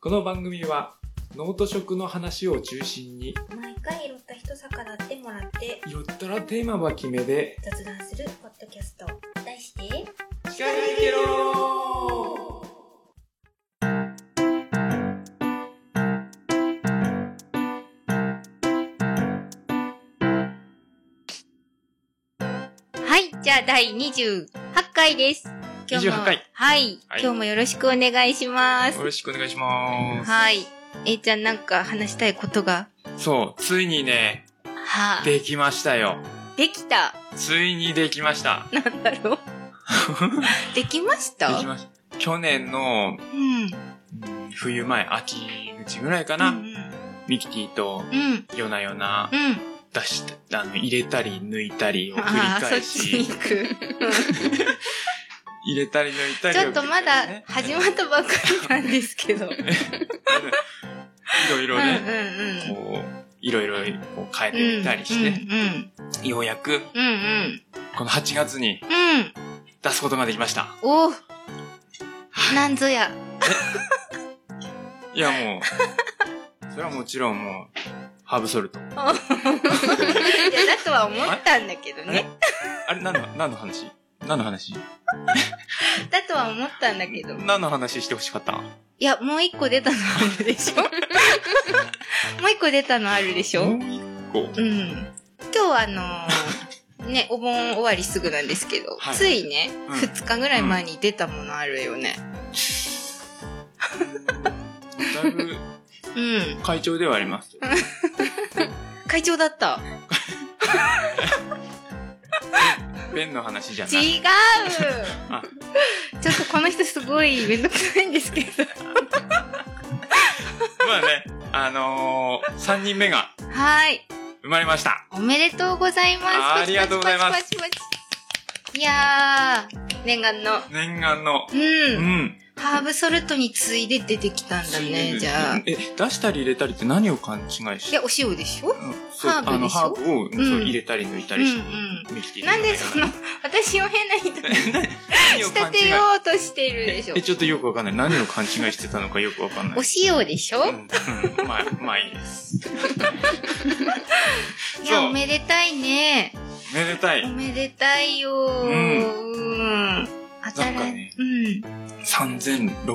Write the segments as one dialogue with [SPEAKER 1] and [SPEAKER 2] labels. [SPEAKER 1] この番組は脳と食の話を中心に
[SPEAKER 2] 毎回いろった人魚ってもらって
[SPEAKER 1] よったらテーマは決めで
[SPEAKER 2] 雑談するポッドキャスト題して
[SPEAKER 1] 近いけろ
[SPEAKER 3] はい、じゃあ第28回です。今日も
[SPEAKER 1] 28回
[SPEAKER 3] はい、
[SPEAKER 1] はい
[SPEAKER 3] 今日もよろしくお願いします
[SPEAKER 1] よ。ろしくお願いします、
[SPEAKER 3] はい。えいちゃんなんか話したいことが、
[SPEAKER 1] そうついにね
[SPEAKER 3] はあ、
[SPEAKER 1] できましたよ
[SPEAKER 3] できた。
[SPEAKER 1] ついにできました
[SPEAKER 3] なんだ ろう。できました
[SPEAKER 1] できました去年の
[SPEAKER 3] うん。
[SPEAKER 1] うん冬前秋口ぐらいか
[SPEAKER 3] う
[SPEAKER 1] な、
[SPEAKER 3] ん
[SPEAKER 1] ミキティと
[SPEAKER 3] うん。
[SPEAKER 1] 夜な夜な
[SPEAKER 3] うん。
[SPEAKER 1] 出したあの入れたり抜いたりを繰り
[SPEAKER 3] ああ、そっ
[SPEAKER 1] 返
[SPEAKER 3] ちに
[SPEAKER 1] し
[SPEAKER 3] 行く。 うん
[SPEAKER 1] 入れたり抜いたり
[SPEAKER 3] ち
[SPEAKER 1] を
[SPEAKER 3] ょっとまだ始まったばっかりなんですけど。うんうん
[SPEAKER 1] いろいろ
[SPEAKER 3] う
[SPEAKER 1] ね、
[SPEAKER 3] ん。
[SPEAKER 1] こういろいろこう変えてみたりして、
[SPEAKER 3] うん
[SPEAKER 1] ようやく
[SPEAKER 3] うん。うん
[SPEAKER 1] この8月に
[SPEAKER 3] うん。うん。
[SPEAKER 1] 出すことができました
[SPEAKER 3] おう
[SPEAKER 1] はい
[SPEAKER 3] なんぞや。
[SPEAKER 1] いやも うそれはもちろんもうハーブソルト
[SPEAKER 3] いや、だとは思ったんだけどね。
[SPEAKER 1] あれ何の何の話何の話
[SPEAKER 3] だとは思ったんだけど。
[SPEAKER 1] 何の話してほしかった
[SPEAKER 3] いや、もう一個出たのあるで しょもう一個出たのあるでし
[SPEAKER 1] も
[SPEAKER 3] ょ
[SPEAKER 1] う一個
[SPEAKER 3] うん。今日はあのーね、お盆終わりすぐなんですけど、
[SPEAKER 1] はい
[SPEAKER 3] ついね、
[SPEAKER 1] うん
[SPEAKER 3] 二2日ぐらい前に出たものあるよね。
[SPEAKER 1] だいぶ
[SPEAKER 3] うん。
[SPEAKER 1] 会長ではあり ます
[SPEAKER 3] 会長だった。
[SPEAKER 1] ペンの話じゃない
[SPEAKER 3] 違う
[SPEAKER 1] あ
[SPEAKER 3] ちょっとこの人すごいめんどくさいんですけ ど。
[SPEAKER 1] まあねあのー、3人目が
[SPEAKER 3] はい。
[SPEAKER 1] 生まれました
[SPEAKER 3] おめでとうございます。
[SPEAKER 1] あーありがとうございます
[SPEAKER 3] パチパチパチパチパチいやー、念願の。
[SPEAKER 1] 念願の
[SPEAKER 3] うん。
[SPEAKER 1] うん
[SPEAKER 3] ハーブソルトに次いで出てきたんだね、じゃあ。
[SPEAKER 1] え、出したり入れたりって何を勘違いし
[SPEAKER 3] い
[SPEAKER 1] て
[SPEAKER 3] や、お塩でしょ
[SPEAKER 1] うんそう
[SPEAKER 3] ハーブ
[SPEAKER 1] あの
[SPEAKER 3] でしょ
[SPEAKER 1] ハーブを、そう
[SPEAKER 3] うん
[SPEAKER 1] 入れたり抜いた
[SPEAKER 3] うんう
[SPEAKER 1] りして、
[SPEAKER 3] ん。
[SPEAKER 1] ミキティ
[SPEAKER 3] なんでその、私を変な人に
[SPEAKER 1] 何
[SPEAKER 3] 仕
[SPEAKER 1] を勘
[SPEAKER 3] 立
[SPEAKER 1] 違い
[SPEAKER 3] てようとしてるでしょ
[SPEAKER 1] え、。ちょっとよくわかんない。何を勘違いしてたのかよくわかんない。
[SPEAKER 3] お塩でしょ
[SPEAKER 1] うん、うんまあ、まあいいです。
[SPEAKER 3] い
[SPEAKER 1] そ
[SPEAKER 3] や、
[SPEAKER 1] う
[SPEAKER 3] おめでたいね。
[SPEAKER 1] めでた
[SPEAKER 3] お
[SPEAKER 1] い。
[SPEAKER 3] めでたいよー。
[SPEAKER 1] ん
[SPEAKER 3] うん。
[SPEAKER 1] なんかね
[SPEAKER 3] 新しい。うん。
[SPEAKER 1] 3600。
[SPEAKER 3] う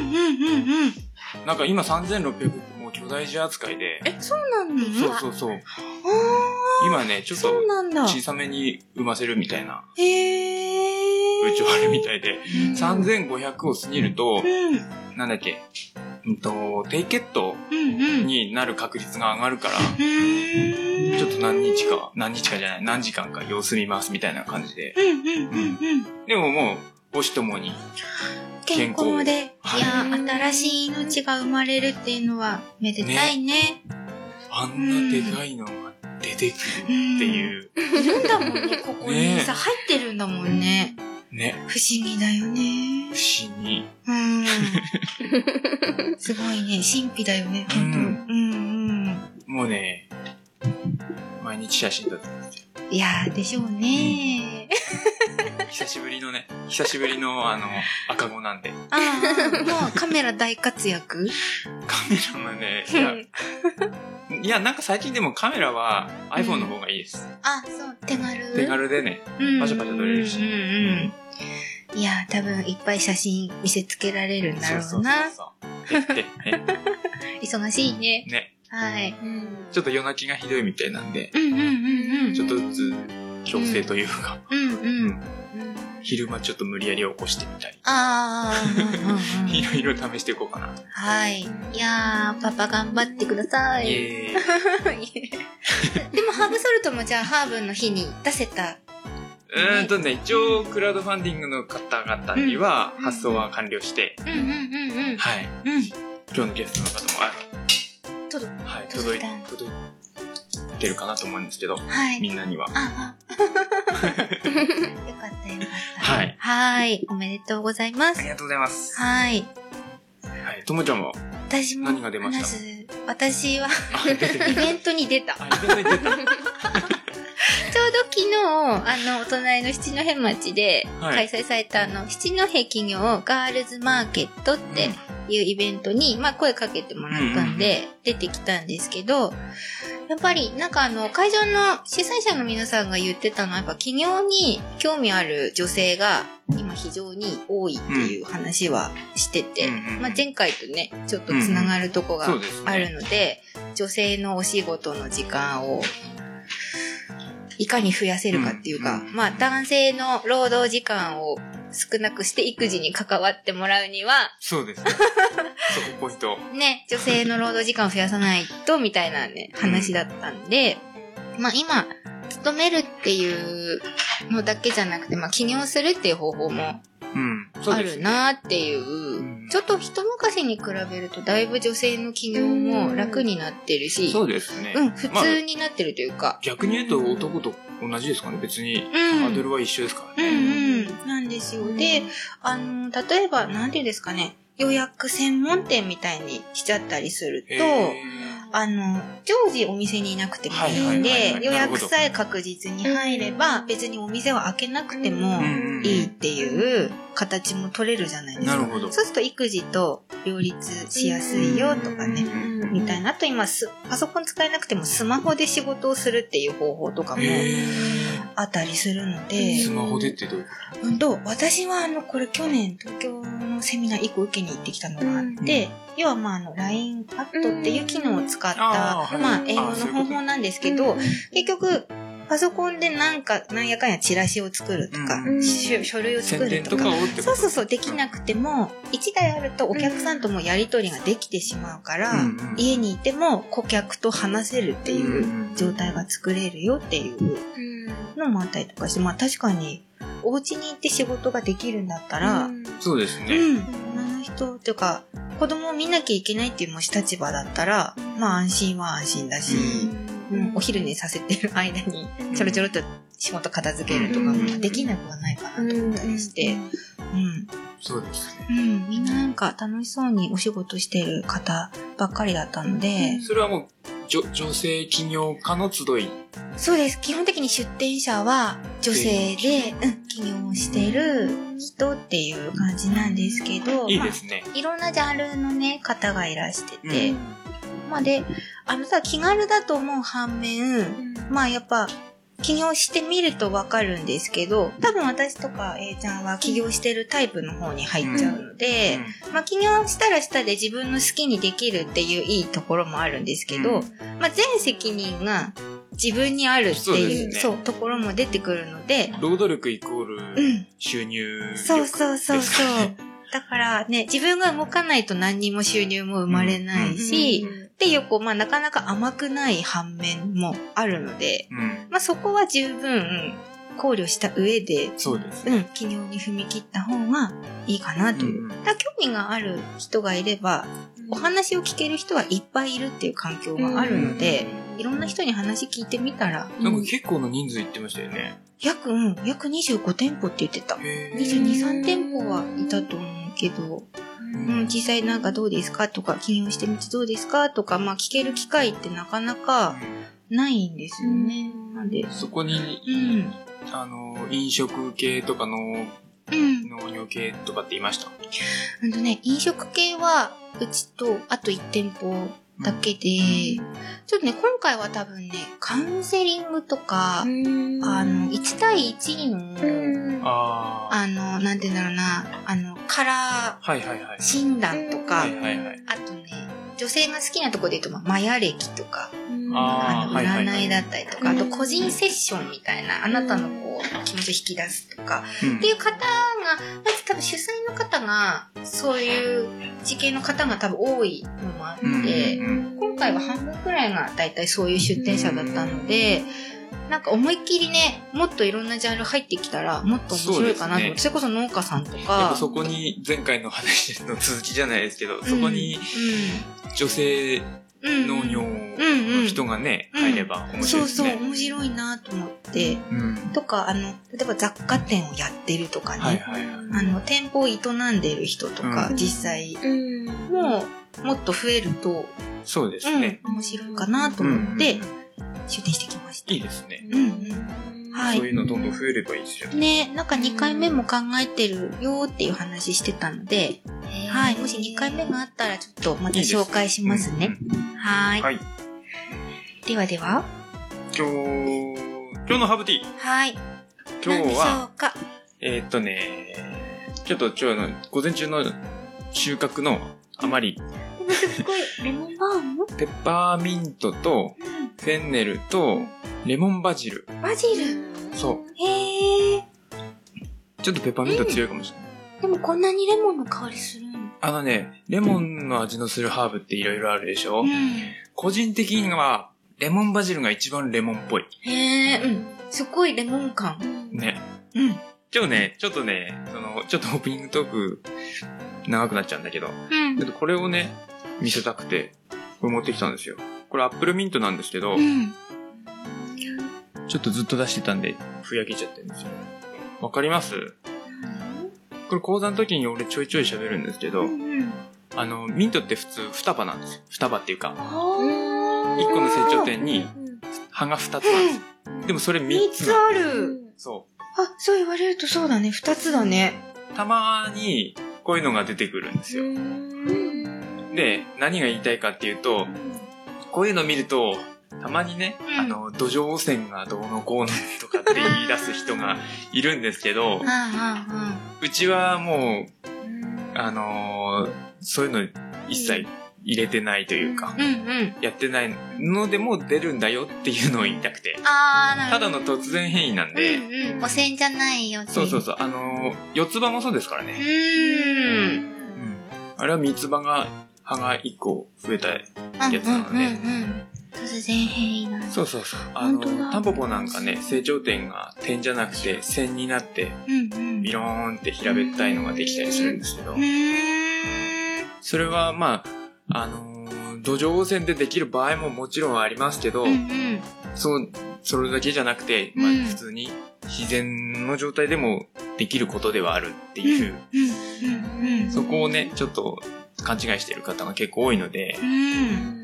[SPEAKER 3] んうんうんうん。
[SPEAKER 1] なんか今3600もう巨大児扱いで。
[SPEAKER 3] え、そうなんだ。
[SPEAKER 1] そうそうそう。
[SPEAKER 3] あ
[SPEAKER 1] 今ね、ち
[SPEAKER 3] ー
[SPEAKER 1] ょっと
[SPEAKER 3] そうなんだ。
[SPEAKER 1] 小さめに産ませるみたいな、
[SPEAKER 3] へえ。
[SPEAKER 1] 部長あるみたいで。
[SPEAKER 3] うん。
[SPEAKER 1] 3500を過ぎると、
[SPEAKER 3] うん。
[SPEAKER 1] なんだっけ、うんと、低血糖
[SPEAKER 3] うんうん。
[SPEAKER 1] になる確率が上がるから、
[SPEAKER 3] うーん
[SPEAKER 1] ちょっと何日か、何日かじゃない、何時間か様子見ますみたいな感じで。
[SPEAKER 3] うんうんうんうん。
[SPEAKER 1] でももう、母子ともに、
[SPEAKER 3] 健康で、
[SPEAKER 1] はい
[SPEAKER 3] いや、新しい命が生まれるっていうのは、めでたいね。
[SPEAKER 1] あんなでかいのが出てくるっていう、
[SPEAKER 3] いるんだもんね、ここにさ、
[SPEAKER 1] ね
[SPEAKER 3] 入ってるんだもんね。
[SPEAKER 1] ね、
[SPEAKER 3] 不思議だよね。
[SPEAKER 1] 不思議。
[SPEAKER 3] うん。すごいね、神秘だよね、
[SPEAKER 1] う
[SPEAKER 3] ほ
[SPEAKER 1] ん
[SPEAKER 3] んと。うん
[SPEAKER 1] もうね、毎日写真撮って、
[SPEAKER 3] うん。いやー、でしょうね。
[SPEAKER 1] 久しぶりのね、久しぶりのあの、赤子なんで、
[SPEAKER 3] あー、もうカメラ大活躍
[SPEAKER 1] カメラもね、いや、いやなんか最近でもカメラは iPhone の方がいいです。
[SPEAKER 3] あ、そう、手軽。
[SPEAKER 1] 手軽でね、
[SPEAKER 3] うん。
[SPEAKER 1] パシャパシャ撮れるし
[SPEAKER 3] うんうんうん。いやー、多分いっぱい写真見せつけられるんだろうな。
[SPEAKER 1] そうそう。で、で
[SPEAKER 3] 忙しいね。
[SPEAKER 1] ね、
[SPEAKER 3] はい。
[SPEAKER 2] うん
[SPEAKER 1] ちょっと夜泣きがひどいみたいなんで、
[SPEAKER 3] うんうんうんうん。
[SPEAKER 1] ちょっとずつ強制というか、
[SPEAKER 3] うんう。
[SPEAKER 1] うん昼間ちょっと無理やり起こしてみたり、
[SPEAKER 3] ああ、うんうんうん
[SPEAKER 1] いろいろ試していこうかな。
[SPEAKER 3] はい。いやー、パパ頑張ってくださ
[SPEAKER 1] イ
[SPEAKER 3] い。
[SPEAKER 1] エーイ。
[SPEAKER 3] でも、ハーブソルトもじゃあ、ハーブの日に出せた。
[SPEAKER 1] うーんとね、一応、クラウドファンディングの方々には
[SPEAKER 3] うん
[SPEAKER 1] 発送は完了して、
[SPEAKER 3] うんうんうんうん。
[SPEAKER 1] はい。
[SPEAKER 3] うん。
[SPEAKER 1] 今日のゲストの方も、
[SPEAKER 3] 届
[SPEAKER 1] あはい、届
[SPEAKER 3] 届
[SPEAKER 1] い
[SPEAKER 3] いた、
[SPEAKER 1] 届いてるかなと思うんですけど、
[SPEAKER 3] はい。
[SPEAKER 1] みんなには。
[SPEAKER 3] あ あ。よかったよかった。
[SPEAKER 1] はい。
[SPEAKER 3] はい。おめでとうございま
[SPEAKER 1] あ
[SPEAKER 3] す
[SPEAKER 1] り。がとうございます。
[SPEAKER 3] はい。
[SPEAKER 1] はい。ともちゃんも、
[SPEAKER 3] 私も
[SPEAKER 1] 何が出ました
[SPEAKER 3] 話す。私は、
[SPEAKER 1] あ、出て
[SPEAKER 3] イ
[SPEAKER 1] る。
[SPEAKER 3] ベント に出た。
[SPEAKER 1] あ、出てる出てる。
[SPEAKER 3] ちょうど昨日、あの、お隣の七戸町で
[SPEAKER 1] は
[SPEAKER 3] 開
[SPEAKER 1] い
[SPEAKER 3] 催された、あの、七戸企業ガールズマーケットって、いうイベントに、まあ、声かけてもらったんで、出てきたんですけど、やっぱり、なんかあの、会場の主催者の皆さんが言ってたのは、やっぱ企業に興味ある女性が今非常に多いっていう話はしてて、
[SPEAKER 1] うんうん
[SPEAKER 3] まあ、前回とね、ちょっとつながるとこが
[SPEAKER 1] そうですね
[SPEAKER 3] あるので、女性のお仕事の時間を、いかに増やせるかっていうか、
[SPEAKER 1] うん
[SPEAKER 3] まあ男性の労働時間を少なくして育児に関わってもらうには、
[SPEAKER 1] そうです ねそこポイント
[SPEAKER 3] ね、女性の労働時間を増やさないと、みたいな ね、話だったんで、まあ今、勤めるっていうのだけじゃなくて、まあ起業するっていう方法も
[SPEAKER 1] うんそう
[SPEAKER 3] あ
[SPEAKER 1] です
[SPEAKER 3] る
[SPEAKER 1] ね
[SPEAKER 3] なっていう、
[SPEAKER 1] うん
[SPEAKER 3] ちょっと一昔に比べるとだいぶ女性の起業も楽になってるし、
[SPEAKER 1] そうですね、
[SPEAKER 3] うん、普
[SPEAKER 1] まあ
[SPEAKER 3] 通になってるというか。
[SPEAKER 1] 逆に言うと男と同じですかね別に
[SPEAKER 3] うん
[SPEAKER 1] ハードルは一緒ですから
[SPEAKER 3] うん
[SPEAKER 1] ね、
[SPEAKER 3] うん。なんですよ。で、あの、例えば、なんていうんですかね、予約専門店みたいにしちゃったりすると、
[SPEAKER 1] へ
[SPEAKER 3] あの、常時お店にいなくてもいいん
[SPEAKER 1] はいはいはいは
[SPEAKER 3] で
[SPEAKER 1] い、
[SPEAKER 3] 予約さえ確実に入れば、別にお店は開けなくて
[SPEAKER 1] ー
[SPEAKER 3] も
[SPEAKER 1] うんうん
[SPEAKER 3] いいっていう形も取れるじゃないです
[SPEAKER 1] なる
[SPEAKER 3] か。
[SPEAKER 1] ほど
[SPEAKER 3] そうすると育児と両立しやすいよとかね。みたいな。あと今す、パソコン使えなくてもスマホで仕事をするっていう方法とかも
[SPEAKER 1] へ
[SPEAKER 3] あったりするの
[SPEAKER 1] ー
[SPEAKER 3] で
[SPEAKER 1] ス、マホでってどういうこ
[SPEAKER 3] うんと、私はあの、これ去年東京のセミナー1個受けに行ってきたのがあって、要はまああの、LINE アットっていう機能を使った、
[SPEAKER 1] うんあーはい
[SPEAKER 3] まあ英語の方法なんですけど、
[SPEAKER 2] うん
[SPEAKER 3] 結局、パソコンでなんか、なんやかんやチラシを作るとか、
[SPEAKER 1] うん
[SPEAKER 3] し書類を
[SPEAKER 1] と宣
[SPEAKER 3] 作る
[SPEAKER 1] 伝
[SPEAKER 3] と
[SPEAKER 1] と
[SPEAKER 3] か
[SPEAKER 1] かをってこと
[SPEAKER 3] そうそうそう、できなくても、1台あるとお客さんともやりとりができてしまうから、
[SPEAKER 1] うんうん
[SPEAKER 3] 家にいても顧客と話せるっていうん
[SPEAKER 1] ん
[SPEAKER 3] 状態が作れるよっていうのもあったりとかして、まあ確かに、お家に行って仕事ができるんだったら、うん、
[SPEAKER 1] そうですね、
[SPEAKER 3] 女の人っていうか、子供を見なきゃいけないっていうもし立場だったら、まあ安心は安心だし、うんお昼寝させてる間にちょろちょろっと仕事片付けるとかもできなくはないかなと思ったりして、うん、
[SPEAKER 1] そうですね
[SPEAKER 3] うん、みんななんか楽しそうにお仕事してる方ばっかりだったので、
[SPEAKER 1] それはもうじょ女性起業家の集い
[SPEAKER 3] そうです。基本的に出店者は女性で、うん、起業してる人っていう感じなんですけど、
[SPEAKER 1] いいですね、
[SPEAKER 3] まあいろんなジャンルのね、方がいらして
[SPEAKER 1] うん
[SPEAKER 3] て、まあで、あのさ、気軽だと思う反面、まあやっぱ、起業してみるとわかるんですけど、多分私とか A ちゃんは起業してるタイプの方に入っちゃうので、まあ、起業したらしたで自分の好きにできるっていういいところもあるんですけど、
[SPEAKER 1] うん
[SPEAKER 3] まあ、全責任が自分にあるって
[SPEAKER 1] そう
[SPEAKER 3] いう
[SPEAKER 1] ですね
[SPEAKER 3] そうところも出てくるので、
[SPEAKER 1] 労働力イコー
[SPEAKER 3] ん
[SPEAKER 1] ル収入力
[SPEAKER 3] そうそうそう
[SPEAKER 1] です
[SPEAKER 3] そう
[SPEAKER 1] かね。
[SPEAKER 3] だからね、自分が動かないと何にも収入も生まれないし、で、よく、まあ、なかなか甘くない反面もあるので、
[SPEAKER 1] うん。
[SPEAKER 3] まあ、そこは十分考慮した上で、
[SPEAKER 1] そうです
[SPEAKER 3] うん、起業に踏み切った方がいいかなと
[SPEAKER 1] う
[SPEAKER 3] いう。
[SPEAKER 1] ん
[SPEAKER 3] だから興味がある人がいれば、お話を聞ける人はいっぱいいるっていう環境があるので、いろんな人に話聞いてみたら、
[SPEAKER 1] なんか結構な人数言ってましたよね。
[SPEAKER 3] 約、うん、約25店舗って言ってた。
[SPEAKER 1] へー
[SPEAKER 3] 22、3店舗はいたと思うけど、うん、実際なんかどうですかとか、起業してみてどうですかとか、まあ聞ける機会ってなかなかないんですよね。なんで、
[SPEAKER 1] そこに、
[SPEAKER 3] うん
[SPEAKER 1] あの、飲食系とかの
[SPEAKER 3] うん。
[SPEAKER 1] 農業系とかって言いました。
[SPEAKER 3] あのね、飲食系は、うちと、あと1店舗だけで、ちょっとね、今回は多分ね、カウンセリングとか、あの、1対1の、
[SPEAKER 1] ああ。
[SPEAKER 3] あの、なんて言うんだろうな、あの、カラ
[SPEAKER 1] はいはいはい
[SPEAKER 3] ー。診断とか
[SPEAKER 1] は、いはいはい。
[SPEAKER 3] あとね、女性が好きなとこで言うと、まあマヤ歴と
[SPEAKER 1] あ
[SPEAKER 3] か、
[SPEAKER 1] ー
[SPEAKER 3] あの
[SPEAKER 1] はいはい
[SPEAKER 3] 占いだったりとか、あと個人セッションみたいな、あなたのこう、気持ちを引き出すとか、
[SPEAKER 1] うん
[SPEAKER 3] っていう方が、まず多分主催の方が、そういう地形の方が多分多いのもあって、
[SPEAKER 1] うん
[SPEAKER 3] 今回は半分くらいが大体そういう出店者だったので、なんか思いっきりね、もっといろんなジャンル入ってきたら、もっと面白いかなと思って、そ,、れこそ農家さんと
[SPEAKER 1] やっ
[SPEAKER 3] か
[SPEAKER 1] ぱ、そこに前回の話の続きじゃないですけど、そこに女性
[SPEAKER 3] うん、うん
[SPEAKER 1] 農業の人がね、
[SPEAKER 3] うんうん
[SPEAKER 1] 入れば面白い
[SPEAKER 3] そう
[SPEAKER 1] です
[SPEAKER 3] そう、
[SPEAKER 1] ね。
[SPEAKER 3] 面白いなと思って、
[SPEAKER 1] うん
[SPEAKER 3] とか、あの、例えば雑貨店をやってるとかね、
[SPEAKER 1] はいはいはい。
[SPEAKER 3] あの、店舗を営んでる人とか、
[SPEAKER 1] うん
[SPEAKER 3] 実際、もう、もっと増えると、
[SPEAKER 1] そうですね。
[SPEAKER 3] うん、面白いかなと思って、
[SPEAKER 1] うんうんうん
[SPEAKER 3] 出店してきました。
[SPEAKER 1] いいですね。
[SPEAKER 3] うんうんはい
[SPEAKER 1] そういうのどんどん増えればいいですよね。
[SPEAKER 3] ね、なんか2回目も考えてるよっていう話してたので、はい、もし2回目があったらちょっとまた紹介しますね。
[SPEAKER 1] うんうん
[SPEAKER 3] はーい,、
[SPEAKER 1] はい。
[SPEAKER 3] ではでは、
[SPEAKER 1] 今日、今日のハーブティー。
[SPEAKER 3] はい。
[SPEAKER 1] 今
[SPEAKER 3] 何で
[SPEAKER 1] 日
[SPEAKER 3] し
[SPEAKER 1] は、
[SPEAKER 3] ょうか。
[SPEAKER 1] えーっとね、ちょっと今日の、午前中の収穫の余り、
[SPEAKER 3] でもすっごい、レモンバーム
[SPEAKER 1] ペッパーミントと、フェンネルと、レモンバジル。
[SPEAKER 3] バジル。
[SPEAKER 1] そ
[SPEAKER 3] へえ。
[SPEAKER 1] う。ちょっとペッパーミント強いかもしれない。
[SPEAKER 3] でもこんなにレモンの香りするん
[SPEAKER 1] あのね、レモンの味のするハーブっていろいろあるでしょ、
[SPEAKER 3] うん。
[SPEAKER 1] 個人的には、レモンバジルが一番レモンっぽい。
[SPEAKER 3] へえ、うん。すごいレモン感。
[SPEAKER 1] ね。
[SPEAKER 3] うん。
[SPEAKER 1] 今日ね、ちょっとね、その、ちょっとオープニングトーク、長くなっちゃうんだけど、
[SPEAKER 3] うん
[SPEAKER 1] ちょっ。とこれをね、見せたくて、これ持ってきたんですよ。これアップルミントなんですけど、
[SPEAKER 3] うん。
[SPEAKER 1] ちょっとずっと出してたんで、ふやけちゃってるんですよ。わかりますこれ講座の時に俺ちょいちょい喋るんですけど、
[SPEAKER 3] うん。
[SPEAKER 1] あの、ミントって普通双葉なんですよ。双葉っていうか、
[SPEAKER 3] あ
[SPEAKER 1] 1個の成長点に葉が2つなんですよ。でもそれ3
[SPEAKER 3] 3
[SPEAKER 1] つ
[SPEAKER 3] つ
[SPEAKER 1] なの
[SPEAKER 3] ある。
[SPEAKER 1] そ
[SPEAKER 3] あ、そう言われるとそうだね。2つだね。
[SPEAKER 1] う。たまに、こういうのが出てくるんですよ。で、何が言いたいかっていうと、こういうの見ると、たまにね、
[SPEAKER 3] うん
[SPEAKER 1] あの、土壌汚染がどうのこうのとかって言い出す人がいるんですけど
[SPEAKER 3] うん、うんうん。
[SPEAKER 1] うちはもう、あのーそういうの一切入れてないというか、
[SPEAKER 3] うんうん。
[SPEAKER 1] やってないのでも出るんだよっていうのを言いたくて、
[SPEAKER 3] あー、なる
[SPEAKER 1] た
[SPEAKER 3] ほ
[SPEAKER 1] だ
[SPEAKER 3] ど。
[SPEAKER 1] の突然変異なん
[SPEAKER 3] う
[SPEAKER 1] で、
[SPEAKER 3] んうん。汚染じゃないよ。
[SPEAKER 1] そうそう
[SPEAKER 3] う。
[SPEAKER 1] そう、あのー四つ葉もそうですから
[SPEAKER 3] う
[SPEAKER 1] ね。う
[SPEAKER 3] ーん。
[SPEAKER 1] んあれは三つ葉が、葉が一個増えた。やつ
[SPEAKER 3] うん
[SPEAKER 1] なので
[SPEAKER 3] うんうんうん。突然変異なんだ。
[SPEAKER 1] そうそうそう。あの
[SPEAKER 3] 本当だ
[SPEAKER 1] ー、タンポポなんかね、成長点が点じゃなくて線になって、
[SPEAKER 3] うんうん。
[SPEAKER 1] ビローンって平べったいのができたりするんですけど
[SPEAKER 3] う、ーん。
[SPEAKER 1] それはまあ、あのー土壌汚染でできる場合ももちろんありますけど、
[SPEAKER 3] うんうん。
[SPEAKER 1] そう、それだけじゃなくて、まあ
[SPEAKER 3] うん
[SPEAKER 1] 普通に自然の状態でもできることではあるっていう、
[SPEAKER 3] うんうんうん。
[SPEAKER 1] そこをね、ちょっと勘違いしてる方が結構多いので、
[SPEAKER 3] うん。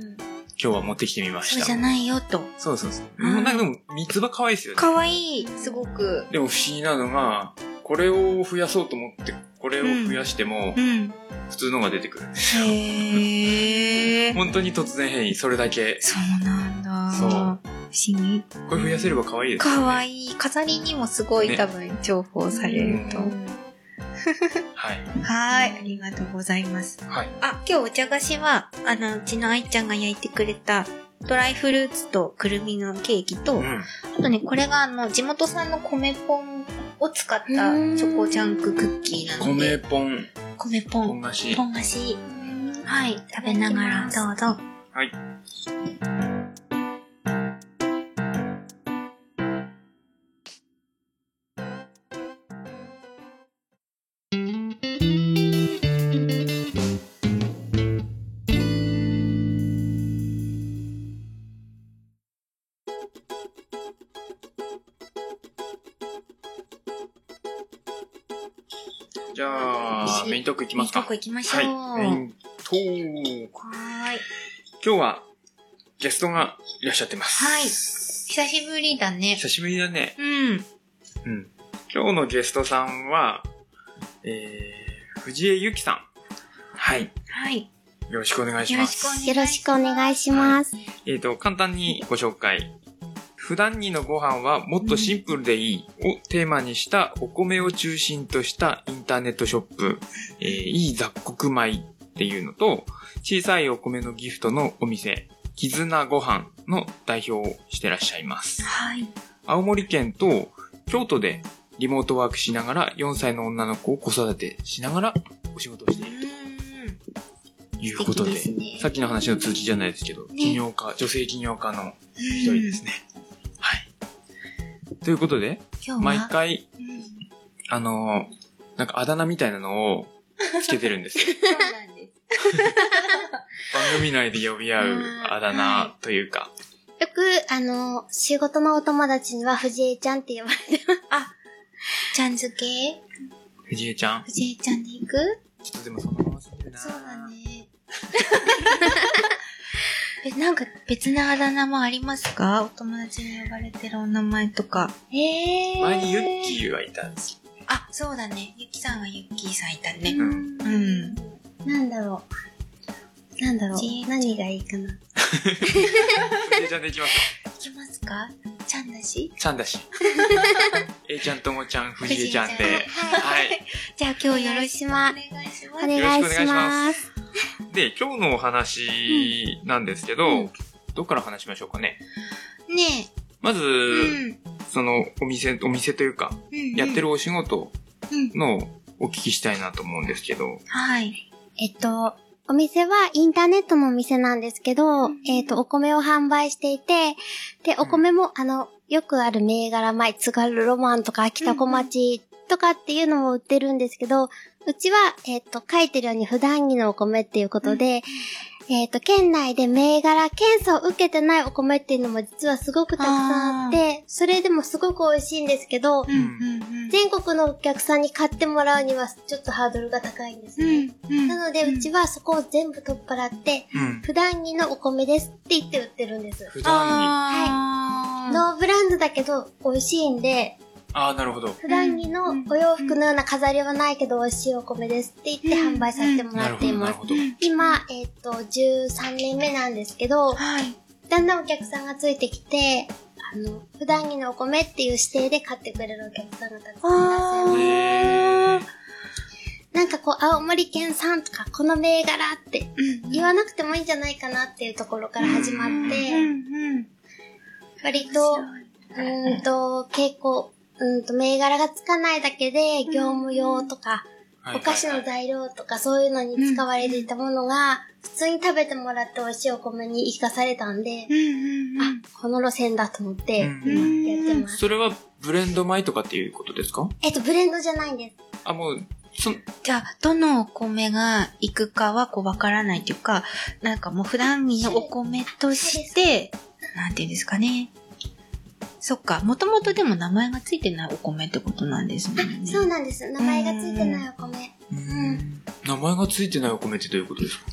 [SPEAKER 1] 今日は持ってきてみま
[SPEAKER 3] そ
[SPEAKER 1] し
[SPEAKER 3] う
[SPEAKER 1] た
[SPEAKER 3] じ。ゃないよと。
[SPEAKER 1] そうそうそう。
[SPEAKER 3] うん
[SPEAKER 1] もうなんかでも、三つ葉可愛いですよね。
[SPEAKER 3] かわいい、すごく。
[SPEAKER 1] でも不思議なのが、これを増やそうと思って、これを増やしても
[SPEAKER 3] う、ん。
[SPEAKER 1] 普通のが出てくる。
[SPEAKER 3] へー。
[SPEAKER 1] 本当に突然変異、それだけ。
[SPEAKER 3] そうなんだ。
[SPEAKER 1] そう
[SPEAKER 3] 不思議。
[SPEAKER 1] これ増やせれば可愛いですよね。
[SPEAKER 3] かわいい。飾りにもすごい
[SPEAKER 1] ね
[SPEAKER 3] 多分重宝されると。
[SPEAKER 1] はい。
[SPEAKER 3] はーい。ありがとうございます。
[SPEAKER 1] はい。
[SPEAKER 3] あ、今日お茶菓子は、あの、うちの愛ちゃんが焼いてくれた、ドライフルーツとくるみのケーキと、
[SPEAKER 1] うん。
[SPEAKER 3] あとね、これがあの、地元産の米ポンを使ったチョコジャンククッキーなの
[SPEAKER 1] 米
[SPEAKER 3] で、
[SPEAKER 1] ポン、
[SPEAKER 3] 米ポ
[SPEAKER 1] ポ
[SPEAKER 3] ン、
[SPEAKER 1] ン菓子
[SPEAKER 3] ポ。ン菓子。はい、食べながらどうぞ。
[SPEAKER 1] はい。じゃあ、メイントークいきますか。
[SPEAKER 3] どこ行きましょ
[SPEAKER 1] はい。
[SPEAKER 3] う。
[SPEAKER 1] メイントーク。
[SPEAKER 3] はーい。
[SPEAKER 1] 今日はゲストがいらっしゃってます。
[SPEAKER 3] はい久しぶりだね。
[SPEAKER 1] 久しぶりだね。
[SPEAKER 3] うん。
[SPEAKER 1] うん。今日のゲストさんは、えー、藤江ゆきさん。はい。
[SPEAKER 3] はい。
[SPEAKER 1] よろしくお願いし
[SPEAKER 3] よろ
[SPEAKER 1] ま
[SPEAKER 3] しく
[SPEAKER 1] す。
[SPEAKER 3] お願いします。
[SPEAKER 4] よろしくお願いします。
[SPEAKER 1] えっ、と、簡単にご紹介。普段にのご飯はもっとシンプルでいいをテーマにしたお米を中心としたインターネットショップ、えーいい雑穀米っていうのと、小さいお米のギフトのお店、絆ご飯の代表をしてらっしゃいます。
[SPEAKER 3] はい。
[SPEAKER 1] 青森県と京都でリモートワークしながら4歳の女の子を子育てしながらお仕事をしている
[SPEAKER 3] う
[SPEAKER 1] ということで、
[SPEAKER 3] 素敵ですね
[SPEAKER 1] さっきの話の続きじゃないですけど、起業家、女性起業家の一人ですね。はい。ということで、
[SPEAKER 3] 今日
[SPEAKER 1] 毎
[SPEAKER 3] は、
[SPEAKER 1] 回、
[SPEAKER 3] うん
[SPEAKER 1] あのーなんかあだ名みたいなのをつけてるんですよ。
[SPEAKER 3] そうなんです。
[SPEAKER 1] 番組内で呼び合うあだ名というか、
[SPEAKER 4] よく、あの、仕事のお友達には藤江ちゃんって呼ばれ
[SPEAKER 3] ちゃんづけ
[SPEAKER 1] 藤江ちゃん。
[SPEAKER 4] 藤江ちゃんで行く
[SPEAKER 1] ちょっとでもそのまま住んでるな。
[SPEAKER 4] そうだね。
[SPEAKER 3] 別なんか別なあだ名もありますかお友達に呼ばれてるお名前とか。
[SPEAKER 4] えー。
[SPEAKER 1] 前にユッキーはいたんですよ。
[SPEAKER 3] あ、そうだね。ゆきさんはゆっきーさんいたね。
[SPEAKER 4] うん
[SPEAKER 3] うん。
[SPEAKER 4] なんだろう。なんだろ
[SPEAKER 3] じー
[SPEAKER 4] う。何がいいかな。
[SPEAKER 1] A ちゃんでいきますか。
[SPEAKER 3] いきますかちゃんだし
[SPEAKER 1] ちゃんだし。A ちゃん、ともちゃん、藤井ちゃん
[SPEAKER 3] 藤井
[SPEAKER 1] で。
[SPEAKER 4] はい。
[SPEAKER 1] はい。
[SPEAKER 4] じゃあ今日よろしくま
[SPEAKER 3] お願いしま
[SPEAKER 4] お
[SPEAKER 3] す。
[SPEAKER 4] 願いします。
[SPEAKER 1] で、今日のお話なんですけど、どっから話しましょうかね。
[SPEAKER 3] ね
[SPEAKER 1] まず、
[SPEAKER 3] え。うん。
[SPEAKER 1] その、お店、お店というか、
[SPEAKER 3] うん
[SPEAKER 1] やって
[SPEAKER 3] る。
[SPEAKER 1] るお仕事
[SPEAKER 3] うん。
[SPEAKER 1] のお聞きしたいなと思うんですけど、
[SPEAKER 3] はい。
[SPEAKER 4] えっと、お店はインターネットのお店なんですけど、
[SPEAKER 3] うん
[SPEAKER 4] えっと、お米を販売していて、で、お米も、あの、よくある銘柄米、津軽ロマンとか秋田小町とかっていうのも売ってるんですけど、うちは、えっと、書いてるように普段着のお米っていうことで、えっと、県内で銘柄検査を受けてないお米っていうのも実はすごくたくさんあって、それでもすごく美味しいんですけど、
[SPEAKER 1] ん
[SPEAKER 3] うん
[SPEAKER 4] 全国のお客さんに買ってもらうにはちょっとハードルが高いんです
[SPEAKER 3] う
[SPEAKER 4] ね。
[SPEAKER 3] ん。うん。
[SPEAKER 4] なので、うちはそこを全部取っ払って、
[SPEAKER 1] うん。
[SPEAKER 4] 普段着のお米ですって言って売ってるんです。
[SPEAKER 1] 普段に。
[SPEAKER 3] あー
[SPEAKER 4] ノーブランドだけど美味しいんで、
[SPEAKER 1] ああ、なるほど。
[SPEAKER 4] 普段着のお洋服のような飾りはないけど美味しいお米ですって言って販売させても
[SPEAKER 1] な
[SPEAKER 4] ら
[SPEAKER 1] る
[SPEAKER 4] っ
[SPEAKER 1] ほ
[SPEAKER 4] てい
[SPEAKER 1] ど、な
[SPEAKER 4] ま
[SPEAKER 1] る
[SPEAKER 4] す。
[SPEAKER 1] ほど。
[SPEAKER 4] 今、えっ、と、13年目なんですけど、
[SPEAKER 3] はい。
[SPEAKER 4] だんだんお客さんがついてきて、あの、普段着のお米っていう指定で買ってくれるお客さんがたくさんいらっしゃいます。
[SPEAKER 1] へー
[SPEAKER 4] なんかこう、青森県産とか、この銘柄って言わなくてもいいんじゃないかなっていうところから始まっ
[SPEAKER 3] う
[SPEAKER 4] て、
[SPEAKER 3] んうん。
[SPEAKER 4] 割と、うーんと、結構、うーんと、銘柄がつかないだけで、業務用とか、
[SPEAKER 1] はい
[SPEAKER 4] お菓子
[SPEAKER 1] は
[SPEAKER 4] の
[SPEAKER 1] いはい
[SPEAKER 4] 材料とか、そういうのに使われていたものが、普通に食べてもらって美味しいお米に生かされたんで、
[SPEAKER 3] うんうんうん。
[SPEAKER 4] あ、この路線だと思って、やっ
[SPEAKER 1] う
[SPEAKER 3] うんん
[SPEAKER 4] てます。
[SPEAKER 1] それはブレンド米とかっていうことですか
[SPEAKER 4] えっと、ブレンドじゃないんです。
[SPEAKER 1] あ、もう、そ、
[SPEAKER 3] じゃあ、どのお米が行くかはこうわからないというか、なんかもう普段着のお米として、なんていうんですかね。そっか、もともとでも名前がついてないお米ってことなんですもんね。
[SPEAKER 4] そうなんです。名前がついてないお米。
[SPEAKER 1] うん名前がついてないお米ってどういうことですか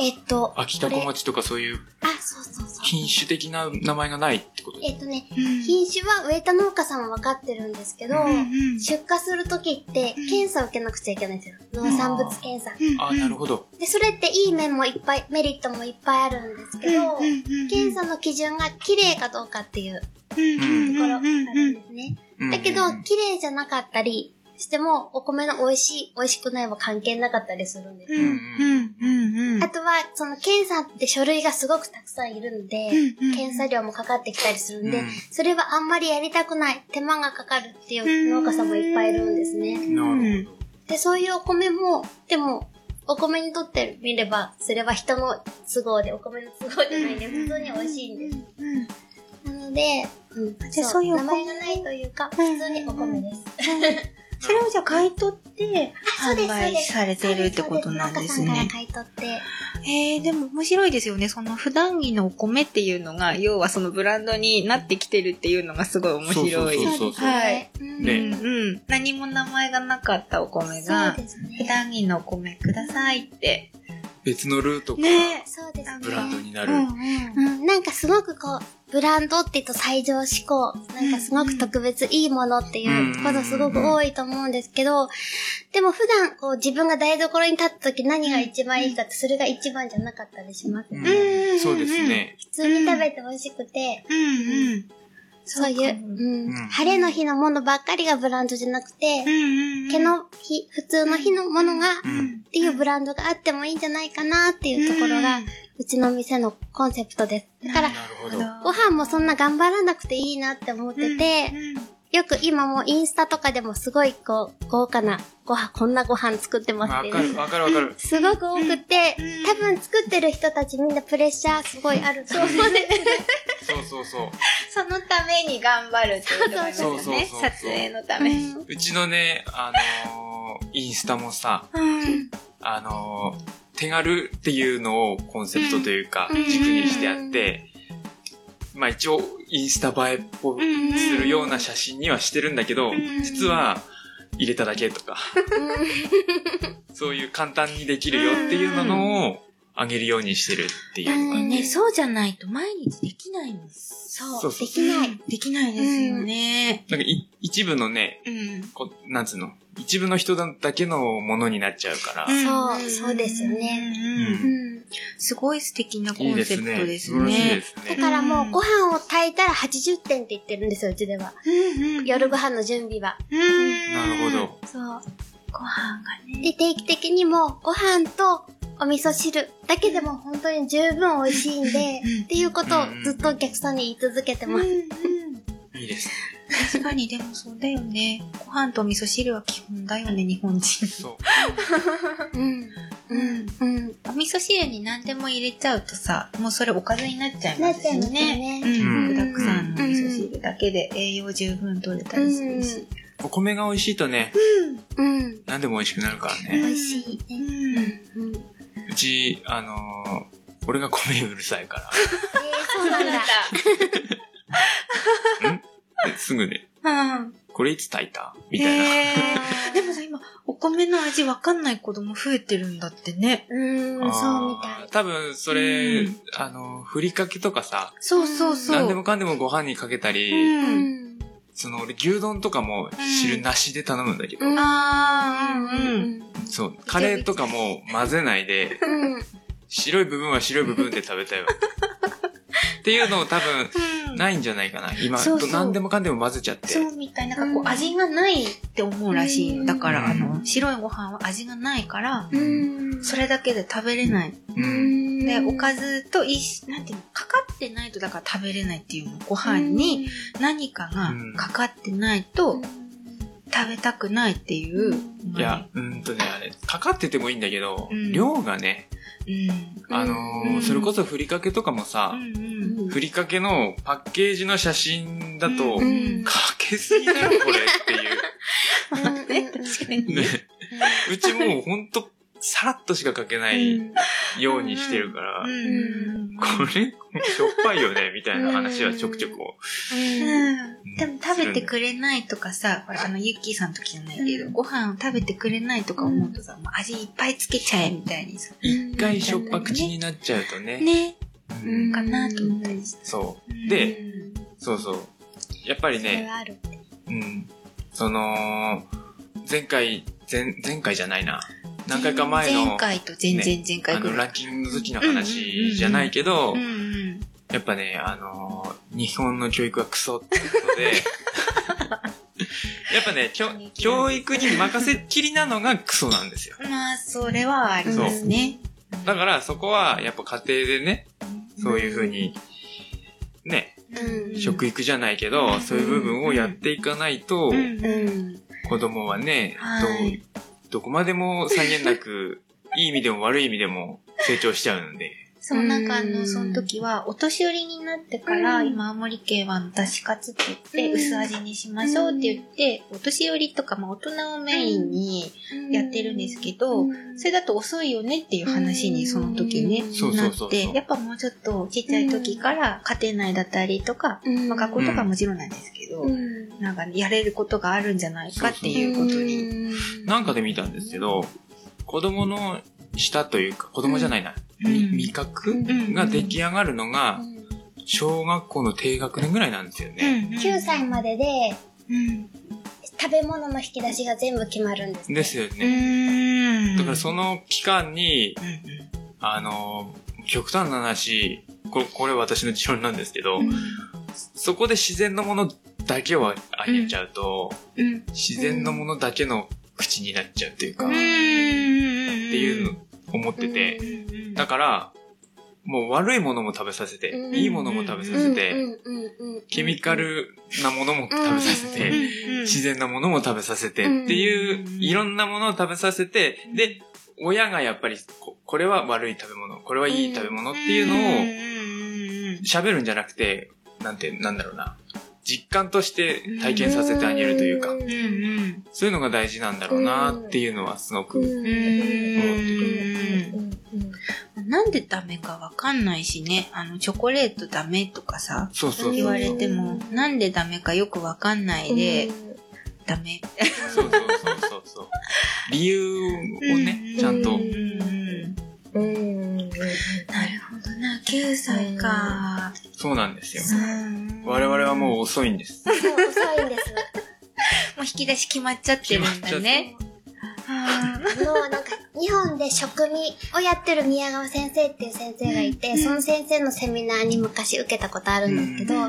[SPEAKER 4] えっと、
[SPEAKER 1] 秋田小町とかそういう
[SPEAKER 4] あ、そうそうそう。
[SPEAKER 1] 品種的な名前がないってことです
[SPEAKER 4] えっとね、
[SPEAKER 3] うん
[SPEAKER 4] 品種は植えた農家さんは分かってるんですけど、
[SPEAKER 1] うん
[SPEAKER 3] うん
[SPEAKER 4] 出荷するときって検査を受けなくちゃいけないんですよ。農産物検査。
[SPEAKER 1] かあ、なるほど。
[SPEAKER 4] で、それっていい面もいっぱい、メリットもいっぱいあるんですけど、
[SPEAKER 3] うんうんうん
[SPEAKER 4] 検査の基準が綺麗かどうかっていうと
[SPEAKER 1] うん
[SPEAKER 4] ころがあるんですね。
[SPEAKER 1] うん
[SPEAKER 4] だけど、綺麗じゃなかったりしても、お米の美味しい、美味しくないは関係なかったりするんです。
[SPEAKER 3] うんうんうんうんうん
[SPEAKER 4] あとは、その検査って書類がすごくたくさんいるので、
[SPEAKER 3] うんうん
[SPEAKER 4] 検査料もかかってきたりするんで、
[SPEAKER 1] うん
[SPEAKER 4] それはあんまりやりたくない、手間がかかるっていう農家さんもいっぱいいるんですね。
[SPEAKER 1] なるほど。
[SPEAKER 4] で、そういうお米も、でも、お米にとってみれば、それは人の都合で、お米の都合じゃないんで、普通に美味しいんです。
[SPEAKER 3] うん
[SPEAKER 4] なので、うん、
[SPEAKER 3] じゃあそういうお
[SPEAKER 4] 名
[SPEAKER 3] 米
[SPEAKER 4] 前がないというか、普通にお米です。
[SPEAKER 3] それをじゃあ買い取って
[SPEAKER 4] そう
[SPEAKER 3] 販
[SPEAKER 4] ですそう
[SPEAKER 3] 売
[SPEAKER 4] です
[SPEAKER 3] されてるってことなんです
[SPEAKER 4] 農家さん
[SPEAKER 3] ね
[SPEAKER 4] か。ら買い取って、
[SPEAKER 3] えー、でも面白いですよね。その普段着のお米っていうのが、要はそのブランドになってきてるっていうのがすごい面白い。
[SPEAKER 1] そうそうそうそう
[SPEAKER 3] はい。
[SPEAKER 4] うん
[SPEAKER 1] ね
[SPEAKER 3] うんうん。何も名前がなかったお米
[SPEAKER 4] そう
[SPEAKER 3] が、
[SPEAKER 4] です
[SPEAKER 3] 普
[SPEAKER 4] ね。
[SPEAKER 3] 段着のお米くださいって。
[SPEAKER 1] 別のルートか
[SPEAKER 3] ね
[SPEAKER 4] そうですね。
[SPEAKER 1] ブランドにな
[SPEAKER 3] え。
[SPEAKER 1] る。
[SPEAKER 4] うん、なんかすごくこう、ブランドって言うと最上志向、なんかすごく特別いいものっていうことすごく多いと思うんですけど、でも普段こう自分が台所に立った時何が一番いいかってそれが一番じゃなかったりします。
[SPEAKER 1] うん
[SPEAKER 3] うん
[SPEAKER 1] そうですね。
[SPEAKER 4] 普通に食べて美味しくて、
[SPEAKER 3] うんうん。
[SPEAKER 4] そう
[SPEAKER 3] そう
[SPEAKER 4] いう、
[SPEAKER 3] かも
[SPEAKER 4] うん
[SPEAKER 1] うん
[SPEAKER 4] 晴れの日のものばっかりがブランドじゃなくて
[SPEAKER 3] う、んうん。
[SPEAKER 4] 毛の日、普通の日のものが、
[SPEAKER 1] う
[SPEAKER 4] っ
[SPEAKER 1] ん。
[SPEAKER 4] ていうブランドがあってもいいんじゃないかなっていうところが、
[SPEAKER 3] うん
[SPEAKER 4] うちの店のコンセプトです。だから
[SPEAKER 1] な、るほど。
[SPEAKER 4] ご飯もそんな頑張らなくていいなって思ってて、
[SPEAKER 3] うん
[SPEAKER 4] よく今もうインスタとかでもすごいこう、豪華なご飯、こんなご飯作ってます
[SPEAKER 1] わ
[SPEAKER 4] ってい
[SPEAKER 1] か
[SPEAKER 4] う
[SPEAKER 1] る、
[SPEAKER 4] の。
[SPEAKER 1] わかる、わかる。
[SPEAKER 4] すごく多くて、
[SPEAKER 3] うん
[SPEAKER 4] 多分作ってる人たちみんなプレッシャーすごいあると思うんですけど
[SPEAKER 1] そうそうそう。
[SPEAKER 3] そのために頑張るっていうのがありますよね。
[SPEAKER 1] そうそうそうそう
[SPEAKER 3] 撮影のために。
[SPEAKER 1] うちのね、あのー、インスタもさ、
[SPEAKER 3] うん。
[SPEAKER 1] あのー、手軽っていうのをコンセプトというか
[SPEAKER 4] うん、
[SPEAKER 1] 軸にしてあって、まあ一応、インスタ映えっぽくするような写真にはしてるんだけど
[SPEAKER 3] ん、
[SPEAKER 1] 実は、入れただけとか、そういう簡単にできるよっていうのを、あげるようにしてるっていうのが
[SPEAKER 4] うん
[SPEAKER 3] ね、そうじゃないと毎日できないもん。
[SPEAKER 4] そう、
[SPEAKER 1] そうそう
[SPEAKER 4] できない。。
[SPEAKER 3] できないですよね。
[SPEAKER 1] なんかい一部のね、
[SPEAKER 3] うん。
[SPEAKER 1] こなんつうの、一部の人だけのものになっちゃうから、
[SPEAKER 4] そうんそうですよね。
[SPEAKER 3] うん
[SPEAKER 4] う
[SPEAKER 3] うん
[SPEAKER 4] ん。
[SPEAKER 3] すごい素敵なコ
[SPEAKER 1] いい
[SPEAKER 3] ン
[SPEAKER 1] で
[SPEAKER 3] セ
[SPEAKER 1] す
[SPEAKER 3] プ
[SPEAKER 1] ね。
[SPEAKER 3] トです
[SPEAKER 1] 素晴らしいで
[SPEAKER 3] ね。
[SPEAKER 1] す
[SPEAKER 4] だ
[SPEAKER 1] ね。
[SPEAKER 4] からもうご飯を炊いたら80点って言ってるんですよ、うちでは。
[SPEAKER 3] うんうん
[SPEAKER 4] 夜ご飯の準備は。
[SPEAKER 3] うん
[SPEAKER 1] なるほど。
[SPEAKER 4] そう。
[SPEAKER 3] ご飯がね。
[SPEAKER 4] で、定期的にもうご飯とお味噌汁だけでも本当に十分美味しいんで、
[SPEAKER 3] うん
[SPEAKER 4] っていうことをずっとお客さんに言い続けてます。
[SPEAKER 3] うんうん
[SPEAKER 1] いいですね。
[SPEAKER 3] 確かに、でもそうだよね。ご飯と味噌汁は基本だよね、日本人。
[SPEAKER 1] そう。
[SPEAKER 4] うん。
[SPEAKER 3] うん。
[SPEAKER 4] うん。
[SPEAKER 3] お味噌汁に何でも入れちゃうとさ、もうそれおかずになっちゃい
[SPEAKER 4] な
[SPEAKER 3] ま
[SPEAKER 4] っ
[SPEAKER 3] す
[SPEAKER 4] ちゃい
[SPEAKER 3] よ
[SPEAKER 4] ますよ
[SPEAKER 3] ね。
[SPEAKER 4] ね。
[SPEAKER 3] うん、
[SPEAKER 4] う
[SPEAKER 3] 具
[SPEAKER 4] ん
[SPEAKER 3] だくさんのお味噌汁だけで栄養十分取れたりするし。
[SPEAKER 1] お米が美味しいとね、
[SPEAKER 4] うん。
[SPEAKER 1] 何でも美味しくなるから
[SPEAKER 4] 美
[SPEAKER 1] ね。
[SPEAKER 4] 味しいね。
[SPEAKER 3] うん
[SPEAKER 4] うん。うん。えー
[SPEAKER 1] うち、あのー俺が米うるさいか
[SPEAKER 4] そうなんだ。
[SPEAKER 1] ら、 ですぐで、
[SPEAKER 3] うん。
[SPEAKER 1] これいつ炊いたみたいな。
[SPEAKER 3] へーでもさ、今、お米の味わかんない子供増えてるんだってね。
[SPEAKER 4] う
[SPEAKER 1] あ
[SPEAKER 4] ん、
[SPEAKER 1] ー
[SPEAKER 4] そうみたい。
[SPEAKER 1] 多分、それ、
[SPEAKER 3] うん
[SPEAKER 1] あの、ふりかけとかさ、
[SPEAKER 3] そうそうそう。
[SPEAKER 1] 何でもかんでもご飯にかけたり、
[SPEAKER 3] うん
[SPEAKER 4] うん。
[SPEAKER 1] その、俺牛丼とかも汁なしで頼むんだけど、
[SPEAKER 4] うん
[SPEAKER 3] あー、うんうん。
[SPEAKER 1] そう、カレーとかも混ぜないで、
[SPEAKER 4] うん。
[SPEAKER 1] 白い部分は白い部分で食べたいわ。 っていうのを多分、
[SPEAKER 3] うん
[SPEAKER 1] ないんじゃないかな。今、
[SPEAKER 3] そうそう
[SPEAKER 1] 何でもかんでも混ぜちゃって。
[SPEAKER 3] そうみたい。なんかこ
[SPEAKER 4] うん
[SPEAKER 3] う、味がないって思うらしい。だから、あ
[SPEAKER 1] う
[SPEAKER 3] の、白いご飯は味がないから、
[SPEAKER 4] うん。
[SPEAKER 3] それだけで食べれない。
[SPEAKER 1] うん
[SPEAKER 3] で、おかずと一緒、なんていうの、かかってないとだから食べれないっていうの。ご飯に何かがかかってない
[SPEAKER 4] うん、
[SPEAKER 3] と食べたくないっていう。
[SPEAKER 1] いや、うんとね、あれ、かかっててもいいんだけど、
[SPEAKER 3] うん
[SPEAKER 1] 量がね、
[SPEAKER 3] うん。
[SPEAKER 1] あのー
[SPEAKER 3] うん
[SPEAKER 1] それこそふりかけとかも
[SPEAKER 3] う
[SPEAKER 1] さ、
[SPEAKER 3] んう
[SPEAKER 4] う
[SPEAKER 3] ん。
[SPEAKER 4] ん
[SPEAKER 1] ふりかけのパッケージの写真だと、
[SPEAKER 3] うん
[SPEAKER 1] かけすぎだよ、これっていう。
[SPEAKER 3] ね、確かに。
[SPEAKER 1] ね、 うちもうほんと、さらっとしかかけないようにしてるから、
[SPEAKER 3] うん。
[SPEAKER 1] これ、しょっぱいよね、みたいな話はちょくちょく。
[SPEAKER 3] うんでも食べてくれないとかさ、ほら、あの、ユッキーさんの時じゃないけど、ご飯を食べてくれないとか思うとさ、もう味いっぱいつけちゃえみたいにさ、
[SPEAKER 1] 一回しょっぱ口になっちゃうとね。
[SPEAKER 3] ね、
[SPEAKER 1] うん
[SPEAKER 3] かなと思ったりして。
[SPEAKER 1] そう。で、そうそう。やっぱり
[SPEAKER 4] それ
[SPEAKER 1] ね、
[SPEAKER 4] はある。
[SPEAKER 1] うん。その、前回、前、前回じゃないな。何回か前の、
[SPEAKER 3] 前回と前々前
[SPEAKER 1] あ
[SPEAKER 3] 回ぐ
[SPEAKER 1] の、
[SPEAKER 3] ら
[SPEAKER 1] ラ
[SPEAKER 3] い。
[SPEAKER 1] ンキングの時の話じゃないけど
[SPEAKER 3] うん、うん。
[SPEAKER 1] やっぱね、あのー日本の教育はクソってこと で、やっぱね、教教育に任せっきりなのがクソなんですよ。
[SPEAKER 3] まあ、それはありますね。
[SPEAKER 1] だからそこは、やっぱ家庭でね、そういうふうに、ね、
[SPEAKER 4] うん
[SPEAKER 1] 食育じゃないけど、そういう部分をやっていかないと、
[SPEAKER 3] うん
[SPEAKER 4] うん。
[SPEAKER 1] 子供はね、
[SPEAKER 3] はい
[SPEAKER 1] どうどこまでも際限なく、 いい意味でも悪い意味でも成長しちゃうんで。
[SPEAKER 3] そう、なんかあ
[SPEAKER 4] う
[SPEAKER 3] の、
[SPEAKER 4] ん
[SPEAKER 3] その時は、お年寄りになってから、
[SPEAKER 4] うん
[SPEAKER 3] 今、青森県は、だしカツって言って、
[SPEAKER 4] うん
[SPEAKER 3] 薄味にしましょうって言って、お年寄りとか、まあ、大人をメインにやってるんですけど、それだと遅いよねっていう話に、その時ね、
[SPEAKER 1] そう
[SPEAKER 3] な
[SPEAKER 1] そう
[SPEAKER 3] っ
[SPEAKER 1] そう
[SPEAKER 3] て、やっぱもうちょっと、ちっちゃい時から、家庭内だったりとか、
[SPEAKER 4] うん、
[SPEAKER 3] まあ、学校とかはもちろんなんですけど、なんか、やれることがあるんじゃないかっていうことに。
[SPEAKER 4] に
[SPEAKER 1] なんかで見たんですけど、子供の舌というか、子供じゃないな、
[SPEAKER 3] うん
[SPEAKER 1] み味覚
[SPEAKER 3] うん
[SPEAKER 1] が出来上がるのが、
[SPEAKER 4] う
[SPEAKER 1] 小学校の低学年ぐらいなんですよね。
[SPEAKER 4] ん、9歳ま
[SPEAKER 3] で。
[SPEAKER 4] でで
[SPEAKER 3] うん。
[SPEAKER 4] 食べ物の引き出しが全部決まるんですね、
[SPEAKER 1] ですよ
[SPEAKER 3] う
[SPEAKER 1] ね。
[SPEAKER 3] ん。
[SPEAKER 1] だからその期間に、
[SPEAKER 3] うん
[SPEAKER 1] あの、極端な話、ここれ私の持論なんですけど
[SPEAKER 3] う、ん、
[SPEAKER 1] そこで自然のものだけをあげちゃうと、
[SPEAKER 3] うん。
[SPEAKER 1] 自然のものだけの口になっちゃうというか、
[SPEAKER 4] う
[SPEAKER 1] っ
[SPEAKER 4] ん
[SPEAKER 1] て
[SPEAKER 3] て
[SPEAKER 1] いうのを思ってて、だから、もう悪いものも食べさせて、
[SPEAKER 4] うん
[SPEAKER 1] いいものも食べさせて、
[SPEAKER 4] うんうんうんうん、
[SPEAKER 1] ケミカルなものも食べさせて、
[SPEAKER 4] うん
[SPEAKER 1] 自然なものも食べさせてっていう、
[SPEAKER 3] うん
[SPEAKER 1] いろんなものを食べさせて、で、親がやっぱりこ、これは悪い食べ物、これはいい食べ物っていうのを
[SPEAKER 3] の
[SPEAKER 1] 喋るんじゃなくて、なんて、なんだろうな。実感として体験させてあげるというか、
[SPEAKER 4] ん
[SPEAKER 1] そういうのが大事なんだろうなっていうのはすごく、
[SPEAKER 4] うんうん
[SPEAKER 3] なんでダメかわかんないしねあのチョコレートダメとかさ
[SPEAKER 1] そうそうそう。
[SPEAKER 3] 言われてもなんでダメかよくわかんないでダメ
[SPEAKER 1] そうそうそうそうそう。理由をね、ちゃんと
[SPEAKER 4] うんうんうん
[SPEAKER 3] なるほどな、9歳か。
[SPEAKER 1] そうなんですよ。
[SPEAKER 3] うん
[SPEAKER 1] 我々はもう遅いんです。
[SPEAKER 4] そう遅いんです。
[SPEAKER 3] もう引き出し決まっちゃってるんだね。あ
[SPEAKER 4] もうなんか、日本で食味をやってる宮川先生っていう先生がいて、その先生のセミナーに昔受けたことあるんですけど、
[SPEAKER 1] う
[SPEAKER 4] よ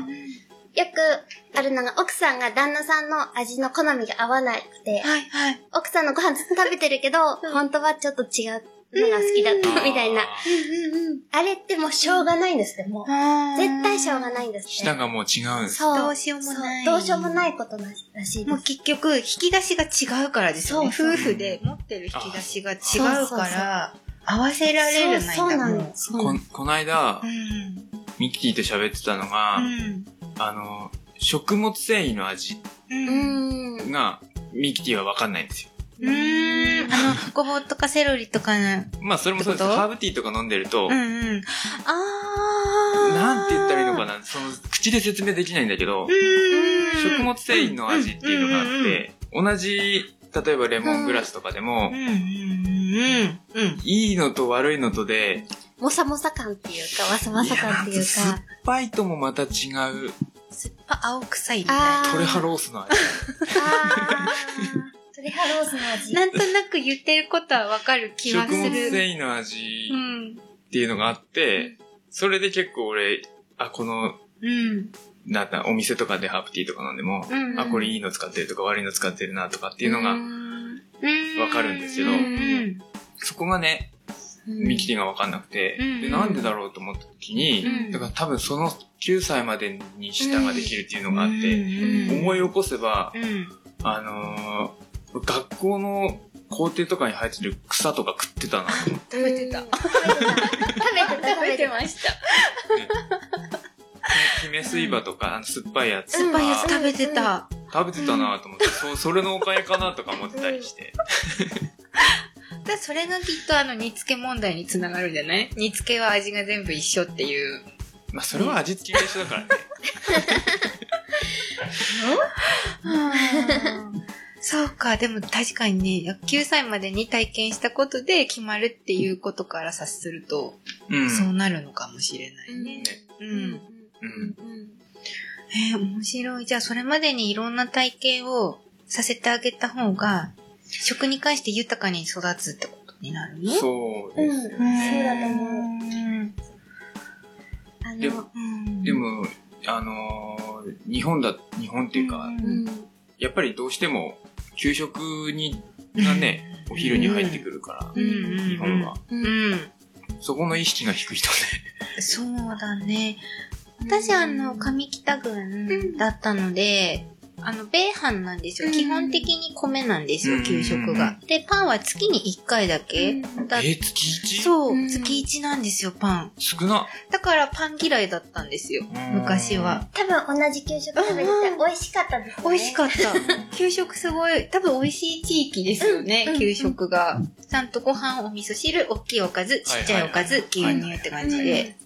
[SPEAKER 4] くあるのが奥さんが旦那さんの味の好みが合わなくて
[SPEAKER 3] ー、はいはい。
[SPEAKER 4] 奥さんのご飯食べてるけど、本当はちょっと違うのが好きだった みたいな。あれってもうしょうがないんですって、もう。
[SPEAKER 3] あー
[SPEAKER 4] 絶対しょうがないんですって。
[SPEAKER 1] 舌がもう違うんです。
[SPEAKER 4] そう。
[SPEAKER 3] どうしようもない。
[SPEAKER 4] そうどうしようもないことならしいで
[SPEAKER 3] もう
[SPEAKER 4] す。
[SPEAKER 3] 結局、引き出しが違うからですよね。
[SPEAKER 4] そうそう
[SPEAKER 3] 夫婦で持ってる引き出しが違うから、合わせられるないんだ
[SPEAKER 4] そうそうなん
[SPEAKER 3] もう
[SPEAKER 4] です。
[SPEAKER 1] こん、こないだ
[SPEAKER 3] う、ん。
[SPEAKER 1] ミキティと喋ってたのが、あの、食物繊維の味
[SPEAKER 3] うん。
[SPEAKER 4] う
[SPEAKER 3] うん。
[SPEAKER 4] ん。
[SPEAKER 1] が、ミキティはわかんないんですよ。
[SPEAKER 3] うーん。あの、ごぼうとかセロリとかの、
[SPEAKER 1] まあ、それもそうです。
[SPEAKER 3] ってこと
[SPEAKER 1] ハーブティーとか飲んでると、
[SPEAKER 3] うんうん。あー。
[SPEAKER 1] なんて言ったらいいのか
[SPEAKER 3] な。
[SPEAKER 1] な、その、口で説明できないんだけど
[SPEAKER 3] う、ーん。
[SPEAKER 1] 食物繊維の味っていうのがあって、同じ、例えばレモングラスとかでも
[SPEAKER 3] うん、うんうんうん。
[SPEAKER 1] いいのと悪いのとで、
[SPEAKER 4] もさもさ感っていうか、わさわさ感って
[SPEAKER 1] いや
[SPEAKER 4] いう
[SPEAKER 1] 酸っ
[SPEAKER 4] か。
[SPEAKER 1] ぱいともまた違う、
[SPEAKER 3] 酸っぱ青臭いみたいな。
[SPEAKER 4] あー
[SPEAKER 1] トレハロースの味。
[SPEAKER 4] あートレハロースの味。
[SPEAKER 3] なんとなく言ってることはわかる気は
[SPEAKER 1] 食
[SPEAKER 3] す
[SPEAKER 1] 物
[SPEAKER 3] る。
[SPEAKER 1] 繊維の味
[SPEAKER 3] うん。
[SPEAKER 1] っていうのがあって、それで結構俺、あ、この、
[SPEAKER 3] うん。
[SPEAKER 1] なんだ、お店とかでハーブティーとか飲んでも、
[SPEAKER 3] うんうん
[SPEAKER 1] あ、これいいの使ってるとか悪いの使ってるなとかっていうのが、わ
[SPEAKER 3] わ
[SPEAKER 1] かるんですけど
[SPEAKER 3] うん
[SPEAKER 1] そこがね、見切りがわかんなくて、
[SPEAKER 3] うん
[SPEAKER 1] で、なんでだろうと思った時に、
[SPEAKER 3] うん
[SPEAKER 1] だから多分その9歳までに舌ができるっていうのがあって、
[SPEAKER 3] うん
[SPEAKER 1] 思い起こせば、
[SPEAKER 3] うん。
[SPEAKER 1] あのー学校の校庭とかに生えてる草とか食って たなと思って。
[SPEAKER 3] 食べてた
[SPEAKER 4] うん。食べてた、食べてた。
[SPEAKER 3] ました。
[SPEAKER 1] ヒメスイバとか、あの、酸っぱいやつ
[SPEAKER 4] う
[SPEAKER 3] 酸っ
[SPEAKER 4] ん
[SPEAKER 3] ぱいやつ食べてた。
[SPEAKER 1] 食べてたなと思って、そ それのおかげかなとか思ってたりして。
[SPEAKER 3] だそれがきっとあの煮付け問題につながるんじゃない煮付けは味が全部一緒っていう。
[SPEAKER 1] まあ、それは味付けが一緒だからね。
[SPEAKER 3] そうか、でも確かにね、9歳までに体験したことで決まるっていうことから察すると、
[SPEAKER 1] うん。
[SPEAKER 3] そうなるのかもしれないね。う
[SPEAKER 4] うん
[SPEAKER 3] ん。
[SPEAKER 1] うん。
[SPEAKER 3] えー面白い。じゃあ、それまでにいろんな体験をさせてあげた方が、食に関して豊かに育つってことになるね。
[SPEAKER 1] そうですよ
[SPEAKER 3] ん
[SPEAKER 4] そうだと
[SPEAKER 1] ね。
[SPEAKER 4] 思あ
[SPEAKER 1] で
[SPEAKER 4] の
[SPEAKER 1] も、
[SPEAKER 3] うん
[SPEAKER 1] で、も、あのー日本だ、日本っていうか、
[SPEAKER 3] ん
[SPEAKER 4] うん。
[SPEAKER 1] やっぱりどうしても、給食に、がね、お昼に入ってくるから、
[SPEAKER 3] うんうん
[SPEAKER 1] 日本は。
[SPEAKER 3] う
[SPEAKER 4] うん
[SPEAKER 3] ん。
[SPEAKER 1] そこの意識が低いとね。
[SPEAKER 3] そうだね。私、あの、上北郡だったので、あの、米飯なんですよ。
[SPEAKER 4] うん
[SPEAKER 3] 基本的に米なんですよ、
[SPEAKER 1] うん
[SPEAKER 3] 給食が。で、パンは月に1回だけ。
[SPEAKER 4] うん
[SPEAKER 3] だ
[SPEAKER 1] えー、月 1?
[SPEAKER 3] そうう、
[SPEAKER 4] ん
[SPEAKER 3] 月1なんですよ、パン。
[SPEAKER 1] 少な。
[SPEAKER 3] だからパン嫌いだったんですよ、昔は。
[SPEAKER 4] 多分同じ給食食べてて
[SPEAKER 3] うん
[SPEAKER 4] 美味しかったですね。
[SPEAKER 3] 美味しかった。
[SPEAKER 1] うん。
[SPEAKER 3] 給食すごい、多分美味しい地域ですよね、
[SPEAKER 4] うん
[SPEAKER 3] 給食が。ちゃんとご飯、お味噌汁、大きいおかず、ちっちゃいおかず、牛
[SPEAKER 1] はいはい
[SPEAKER 3] 乳って感じで。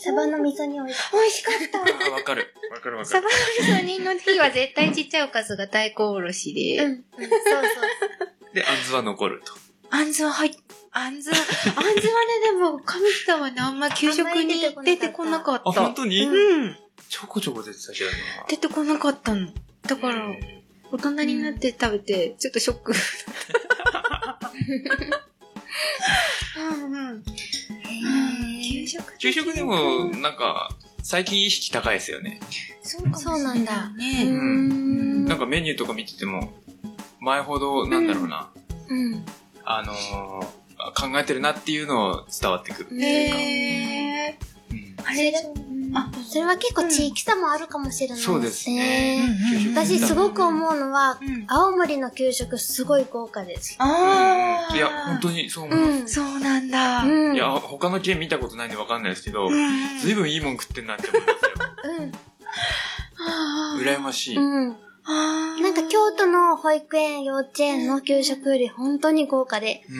[SPEAKER 4] サバの味噌煮美味しか
[SPEAKER 3] 美味しかった。
[SPEAKER 1] あわかる。わかるわか
[SPEAKER 3] サ
[SPEAKER 1] る。
[SPEAKER 3] バの味噌煮の日は絶対ちっちゃいおかずが大根おろし
[SPEAKER 4] った。うん
[SPEAKER 3] で。。
[SPEAKER 4] うんそうそう。
[SPEAKER 1] で、あんずは残ると。
[SPEAKER 3] あんずは入っ、あんずは、あんずはね、でも、神北はね、あんま給食に出てこなか
[SPEAKER 1] あ、
[SPEAKER 3] った
[SPEAKER 1] 本。当に、
[SPEAKER 3] うん。
[SPEAKER 1] ちょこちょこ出てたけどな。
[SPEAKER 3] 出てこなかったの。だから、
[SPEAKER 1] え
[SPEAKER 3] 大人になって食べて、ちょっとショック。うんうん。給食
[SPEAKER 1] ー給食でも、なんか、最近意識高いですよね。
[SPEAKER 3] そうかもしれ
[SPEAKER 4] そうなんだ
[SPEAKER 3] ね
[SPEAKER 1] う
[SPEAKER 4] うんん。
[SPEAKER 1] なんかメニューとか見てても、前ほど、なんだろうな、
[SPEAKER 4] うん。
[SPEAKER 1] あのーあ考えてるなっていうのを伝わってくる。
[SPEAKER 3] へー
[SPEAKER 1] うん
[SPEAKER 3] あれだあ
[SPEAKER 4] それは結構地域差もあるかもしれない
[SPEAKER 1] そうですね。
[SPEAKER 3] うん
[SPEAKER 1] 給食
[SPEAKER 4] 私すごく
[SPEAKER 1] うん。
[SPEAKER 4] 思うのは、
[SPEAKER 3] うん。
[SPEAKER 4] 青森の給食すごい豪華です。
[SPEAKER 3] ああ。
[SPEAKER 1] いや、本当にそう思う。
[SPEAKER 3] そうなんだ。
[SPEAKER 4] うん。
[SPEAKER 1] いや、他の県見たことないんでわかんないですけど、
[SPEAKER 3] うん
[SPEAKER 1] ずいぶんいいもん食ってんなって思いますよ。
[SPEAKER 4] うん。
[SPEAKER 3] あー
[SPEAKER 1] 羨ましい。
[SPEAKER 4] うん。
[SPEAKER 3] あー
[SPEAKER 4] なんか京都の保育園、幼稚園の給食より本当に豪華で、
[SPEAKER 1] うん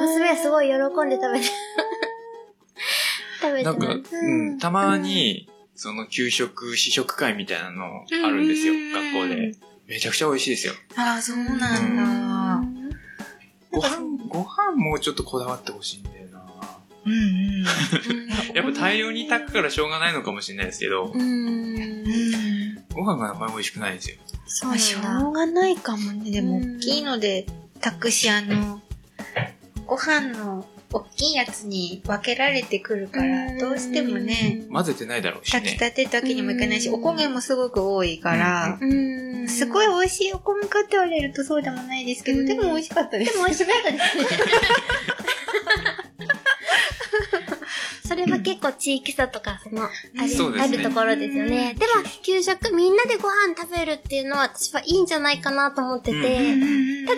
[SPEAKER 4] 娘はすごい喜んで食べて、食べ て
[SPEAKER 1] なんか、
[SPEAKER 4] ま
[SPEAKER 1] うん、たまに、その給食、試食会みたいなのあるんですよ、
[SPEAKER 3] うん
[SPEAKER 1] 学校で。めちゃくちゃ美味しいですよ。
[SPEAKER 3] ああ、そうな
[SPEAKER 4] す
[SPEAKER 1] うん
[SPEAKER 3] だ。
[SPEAKER 1] ご飯、ご飯もうちょっとこだわってほしいんだよな。
[SPEAKER 3] うんうん。
[SPEAKER 1] やっぱ大量に炊くからしょうがないのかもしれないですけど、
[SPEAKER 4] うん。
[SPEAKER 1] ご飯があんまり美味しくないんですよ。
[SPEAKER 4] そう
[SPEAKER 3] まあ、し
[SPEAKER 4] な
[SPEAKER 3] ょ
[SPEAKER 4] んだ。
[SPEAKER 3] うがないかもね。でも、
[SPEAKER 4] うん
[SPEAKER 3] 大きいので、たくし、あの、ご飯の大きいやつに分けられてくるから、どうしてもね、
[SPEAKER 1] 混ぜてないだろうし
[SPEAKER 3] 炊き
[SPEAKER 1] ね。
[SPEAKER 3] たてだけにもいかないし、
[SPEAKER 4] うん
[SPEAKER 3] お焦げもすごく多いから、
[SPEAKER 4] うん。
[SPEAKER 3] すごい美味しいお米かって言われるとそうでもないですけど、
[SPEAKER 4] うん
[SPEAKER 3] でも美味しかったで。
[SPEAKER 4] ですも美味しかったですね。それは結構地域差とか、その、あ
[SPEAKER 1] そう
[SPEAKER 4] る,、
[SPEAKER 1] です
[SPEAKER 4] あ
[SPEAKER 1] ね
[SPEAKER 4] るところですよね。でも、給食みんなでご飯食べるっていうのは私はいいんじゃないかなと思ってて、
[SPEAKER 1] う
[SPEAKER 4] ただ、あのスタイル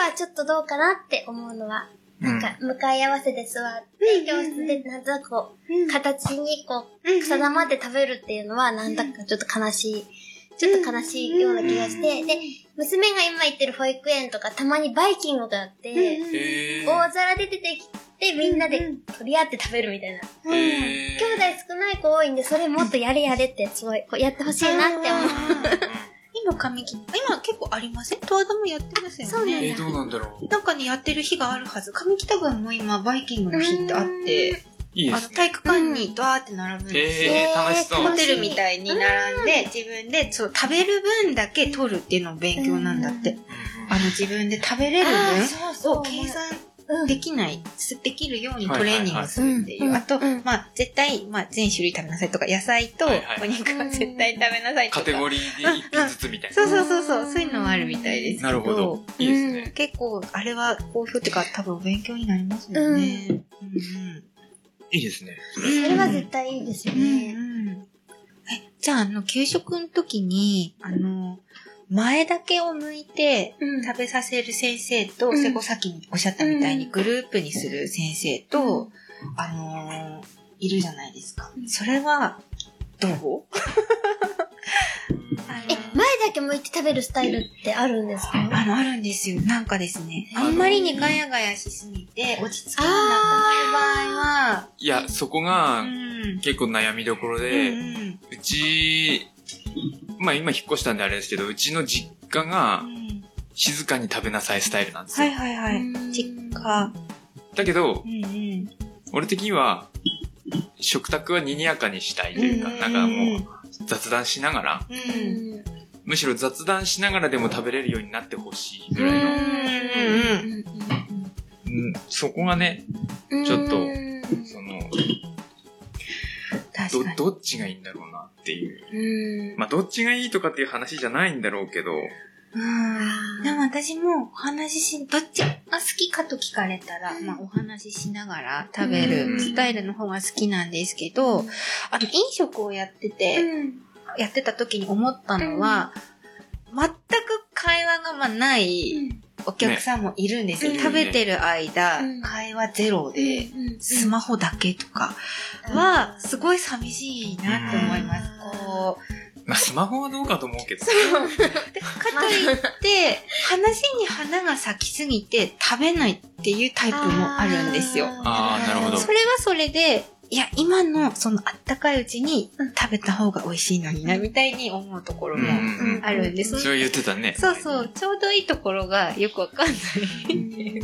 [SPEAKER 4] はちょっとどうかなって思うのは、
[SPEAKER 1] う
[SPEAKER 4] なん
[SPEAKER 1] ん
[SPEAKER 4] か、向かい合わせで座って、教室でなんとなくこ
[SPEAKER 3] うん、
[SPEAKER 4] う、形にこ
[SPEAKER 3] うん
[SPEAKER 4] う、定まって食べるっていうのは、なんだかちょっと悲しい、ちょっと悲しいような気がして、で、娘が今行ってる保育園とか、たまにバイキングがあって、
[SPEAKER 1] えー
[SPEAKER 4] 大皿で出てきて、みんなで取り合って食べるみたいな。
[SPEAKER 1] えー
[SPEAKER 4] 兄弟少ない子多いんで、それもっとやれやれって、すごい、こうやってほしいなって思う。
[SPEAKER 3] 今髪切った今結構ありません十和田もやってますよね。
[SPEAKER 4] そうなんだ
[SPEAKER 1] えー、どうなんだろう。
[SPEAKER 3] なんかね、やってる日があるはず。上北郡も今、バイキングの日ってあって、
[SPEAKER 1] いいで
[SPEAKER 3] あの、
[SPEAKER 1] すね。
[SPEAKER 3] 体育館にドワーって並ぶんですよ。
[SPEAKER 1] えー楽しそう
[SPEAKER 3] ホテルみたいに並んで、自分で、そう、食べる分だけ取るっていうのも勉強なんだって。あの、自分で食べれる
[SPEAKER 4] そう
[SPEAKER 3] 分を計算できない、すできるようにトレーニングをするっていう。
[SPEAKER 4] はい
[SPEAKER 3] あ
[SPEAKER 4] はいはい
[SPEAKER 3] と
[SPEAKER 4] うんうん、
[SPEAKER 3] まあ、絶対、まあ、全種類食べなさいとか、野菜と
[SPEAKER 1] はいはい
[SPEAKER 3] お肉は絶対食べなさいと
[SPEAKER 1] カ
[SPEAKER 3] か
[SPEAKER 1] テ。ゴリーで一品ずつみたい
[SPEAKER 3] そうそうそうそう、そういうのはあるみたいですけ
[SPEAKER 1] な。なるほど。いいですね。
[SPEAKER 3] 結構、あれは好評っていうか、多分勉強になりますよね。うん
[SPEAKER 1] いいですね。
[SPEAKER 3] うん。
[SPEAKER 4] それは絶対いいですよね。
[SPEAKER 3] うんうんえ、じゃあ、あの、給食の時に、あの、前だけを向いて
[SPEAKER 4] うん
[SPEAKER 3] 食べさせる先生と、
[SPEAKER 4] うん
[SPEAKER 3] それこそさっきおっしゃったみたいに
[SPEAKER 4] うん
[SPEAKER 3] グループにする先生
[SPEAKER 4] う
[SPEAKER 3] と、あのーいるじゃないですか
[SPEAKER 4] う。ん
[SPEAKER 3] それは、どう
[SPEAKER 4] え、前だけ向いて食べるスタイルってあるんですか
[SPEAKER 3] あの、あるんですよ。なんかですね。
[SPEAKER 4] あ
[SPEAKER 3] あ
[SPEAKER 4] の
[SPEAKER 3] んまりにガヤガヤしすぎて、落ち着きがなくなる場合は、
[SPEAKER 1] いや、そこが
[SPEAKER 3] うん。
[SPEAKER 1] 結構悩みどころ
[SPEAKER 3] う
[SPEAKER 1] で、
[SPEAKER 3] んうん
[SPEAKER 1] うち、まあ今引っ越したんであれですけど、うちの実家が
[SPEAKER 3] うん
[SPEAKER 1] 静かに食べなさいスタイルなんです
[SPEAKER 3] は
[SPEAKER 1] よ。
[SPEAKER 3] いはいは
[SPEAKER 4] う
[SPEAKER 3] い。
[SPEAKER 4] ん
[SPEAKER 3] 実家。
[SPEAKER 1] だけど
[SPEAKER 3] う、んうん。
[SPEAKER 1] 俺的には、食卓は賑やかにしたいというか、なんかもう雑談しながら、
[SPEAKER 3] う。
[SPEAKER 4] うん
[SPEAKER 3] うん。
[SPEAKER 4] ん。
[SPEAKER 1] むしろ雑談しながらでも食べれるようになってほしいぐらいの、
[SPEAKER 4] うん。
[SPEAKER 1] うん、そこがね、
[SPEAKER 4] うん。
[SPEAKER 1] ちょっと
[SPEAKER 4] うん
[SPEAKER 1] その、
[SPEAKER 3] 確かに。
[SPEAKER 1] ど、どっちがいいんだろうなっていう。
[SPEAKER 4] うん。
[SPEAKER 1] まあ、どっちがいいとかっていう話じゃないんだろうけど、
[SPEAKER 3] うん。でも私もお話しし、どっちが好きかと聞かれたら、まあお話ししながら食べ
[SPEAKER 1] うん
[SPEAKER 3] るスタイルの方が好きなんですけど、あの飲食をやってて、
[SPEAKER 4] うん。
[SPEAKER 3] やってた時に思ったのは、全く会話がまあないお客さんもいるんですよ。
[SPEAKER 1] ね
[SPEAKER 3] 食べてる間、
[SPEAKER 4] うん
[SPEAKER 3] 会話ゼロで、
[SPEAKER 4] うん
[SPEAKER 3] スマホだけとかは、すごい寂しいなって思います。
[SPEAKER 4] うん
[SPEAKER 3] こう。
[SPEAKER 1] まあ、スマホはどうかと思うけど。
[SPEAKER 3] でかといって、話に花が咲きすぎて食べないっていうタイプもあるんですよ。
[SPEAKER 1] あーなるほど
[SPEAKER 3] それはそれで、いや、今のそのあったかいうちに食べた方が美味しいのにな、みたいに思うところ
[SPEAKER 1] うん
[SPEAKER 3] も
[SPEAKER 1] うんうん。
[SPEAKER 3] あるんです。
[SPEAKER 1] それは言ってたね。
[SPEAKER 3] そうそう、ちょうどいいところがよくわかんない。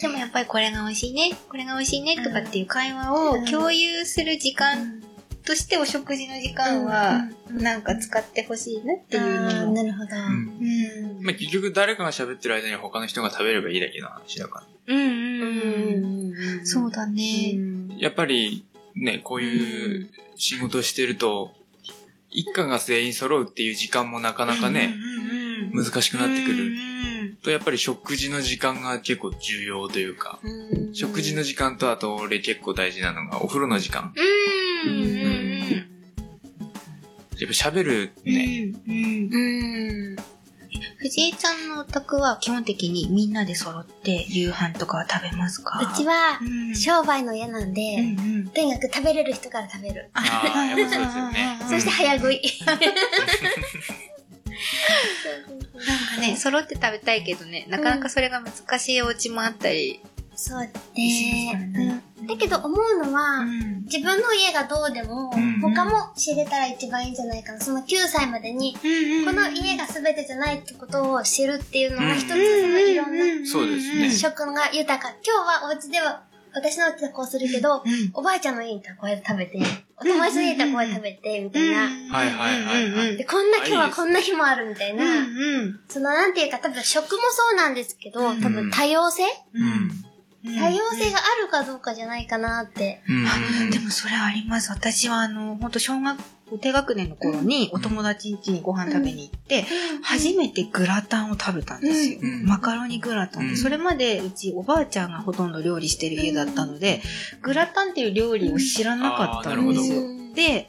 [SPEAKER 3] でもやっぱりこれが美味しいね、これが美味しいねとかっていう会話を共有する時間としてお食事の時間は、なんか使ってほしいなっていうのも。
[SPEAKER 4] なるほど。
[SPEAKER 1] うんまあ、結局誰かが喋ってる間に他の人が食べればいいだけの話だから。
[SPEAKER 3] うんうん。そうだね。
[SPEAKER 1] やっぱり、ね、こういう仕事してると、一家が全員揃うっていう時間もなかなかね、
[SPEAKER 3] うんうんうん、
[SPEAKER 1] 難しくなってくる。
[SPEAKER 3] る。
[SPEAKER 1] と、やっぱり食事の時間が結構重要というか、食事の時間とあと俺結構大事なのがお風呂の時間。
[SPEAKER 3] うんうん
[SPEAKER 1] やっぱ喋る
[SPEAKER 3] うん。うん
[SPEAKER 1] ね。
[SPEAKER 3] うん
[SPEAKER 4] うん。
[SPEAKER 3] 藤井さんのお宅は基本的にみんなで揃って夕飯とかは食べますか
[SPEAKER 4] うち、は
[SPEAKER 3] う、ん
[SPEAKER 4] 商売の家なん
[SPEAKER 3] う
[SPEAKER 4] で、
[SPEAKER 3] んうん
[SPEAKER 4] とにかく食べれる人から食べる。
[SPEAKER 1] ああ、やっぱそうですよ ね。
[SPEAKER 3] うん
[SPEAKER 4] そして早食い。
[SPEAKER 3] なんかね、揃って食べたいけどね、なかなかそれが難しいお家もあったり。
[SPEAKER 4] そう
[SPEAKER 3] しますからね
[SPEAKER 4] ね。うんだけど思うのは、
[SPEAKER 3] ん。
[SPEAKER 4] 自分の家がどうでも、
[SPEAKER 1] うん
[SPEAKER 4] 他も知れたら一番いいんじゃないかな。その9歳までに、この家が全てじゃないってことを知るっていうの
[SPEAKER 1] うん
[SPEAKER 4] が一つ、その
[SPEAKER 3] うん、
[SPEAKER 4] いろんな
[SPEAKER 1] そうですね
[SPEAKER 4] 食が豊か。今日はお家では私の家でこうするけど、
[SPEAKER 3] うん。
[SPEAKER 4] おばあちゃんの家にたこ焼き食べて、お友達の家にたこ焼き食べて、みたいな。
[SPEAKER 1] はいはいはいはい
[SPEAKER 4] で、こんな今日
[SPEAKER 1] あいい
[SPEAKER 4] は
[SPEAKER 1] です
[SPEAKER 4] こんな日もあるみたいな。
[SPEAKER 3] うんうん。
[SPEAKER 4] その、なんていうか、多分食もそうなんですけど、
[SPEAKER 3] うん
[SPEAKER 4] 多分多様性、
[SPEAKER 1] うん。
[SPEAKER 4] 多様性があるかどうかじゃないかなって。
[SPEAKER 1] うん
[SPEAKER 3] あでもそれはあります。私はあの、本当小学校低学年の頃にお友達ん家にご飯食べに行って、初めてグラタンを食べたんですよ。
[SPEAKER 1] うん
[SPEAKER 3] マカロニグラタンで、
[SPEAKER 1] うん
[SPEAKER 3] それまでうちおばあちゃんがほとんど料理してる家だったので、グラタンっていう料理を知らなかったんですよ。
[SPEAKER 4] うん
[SPEAKER 3] で、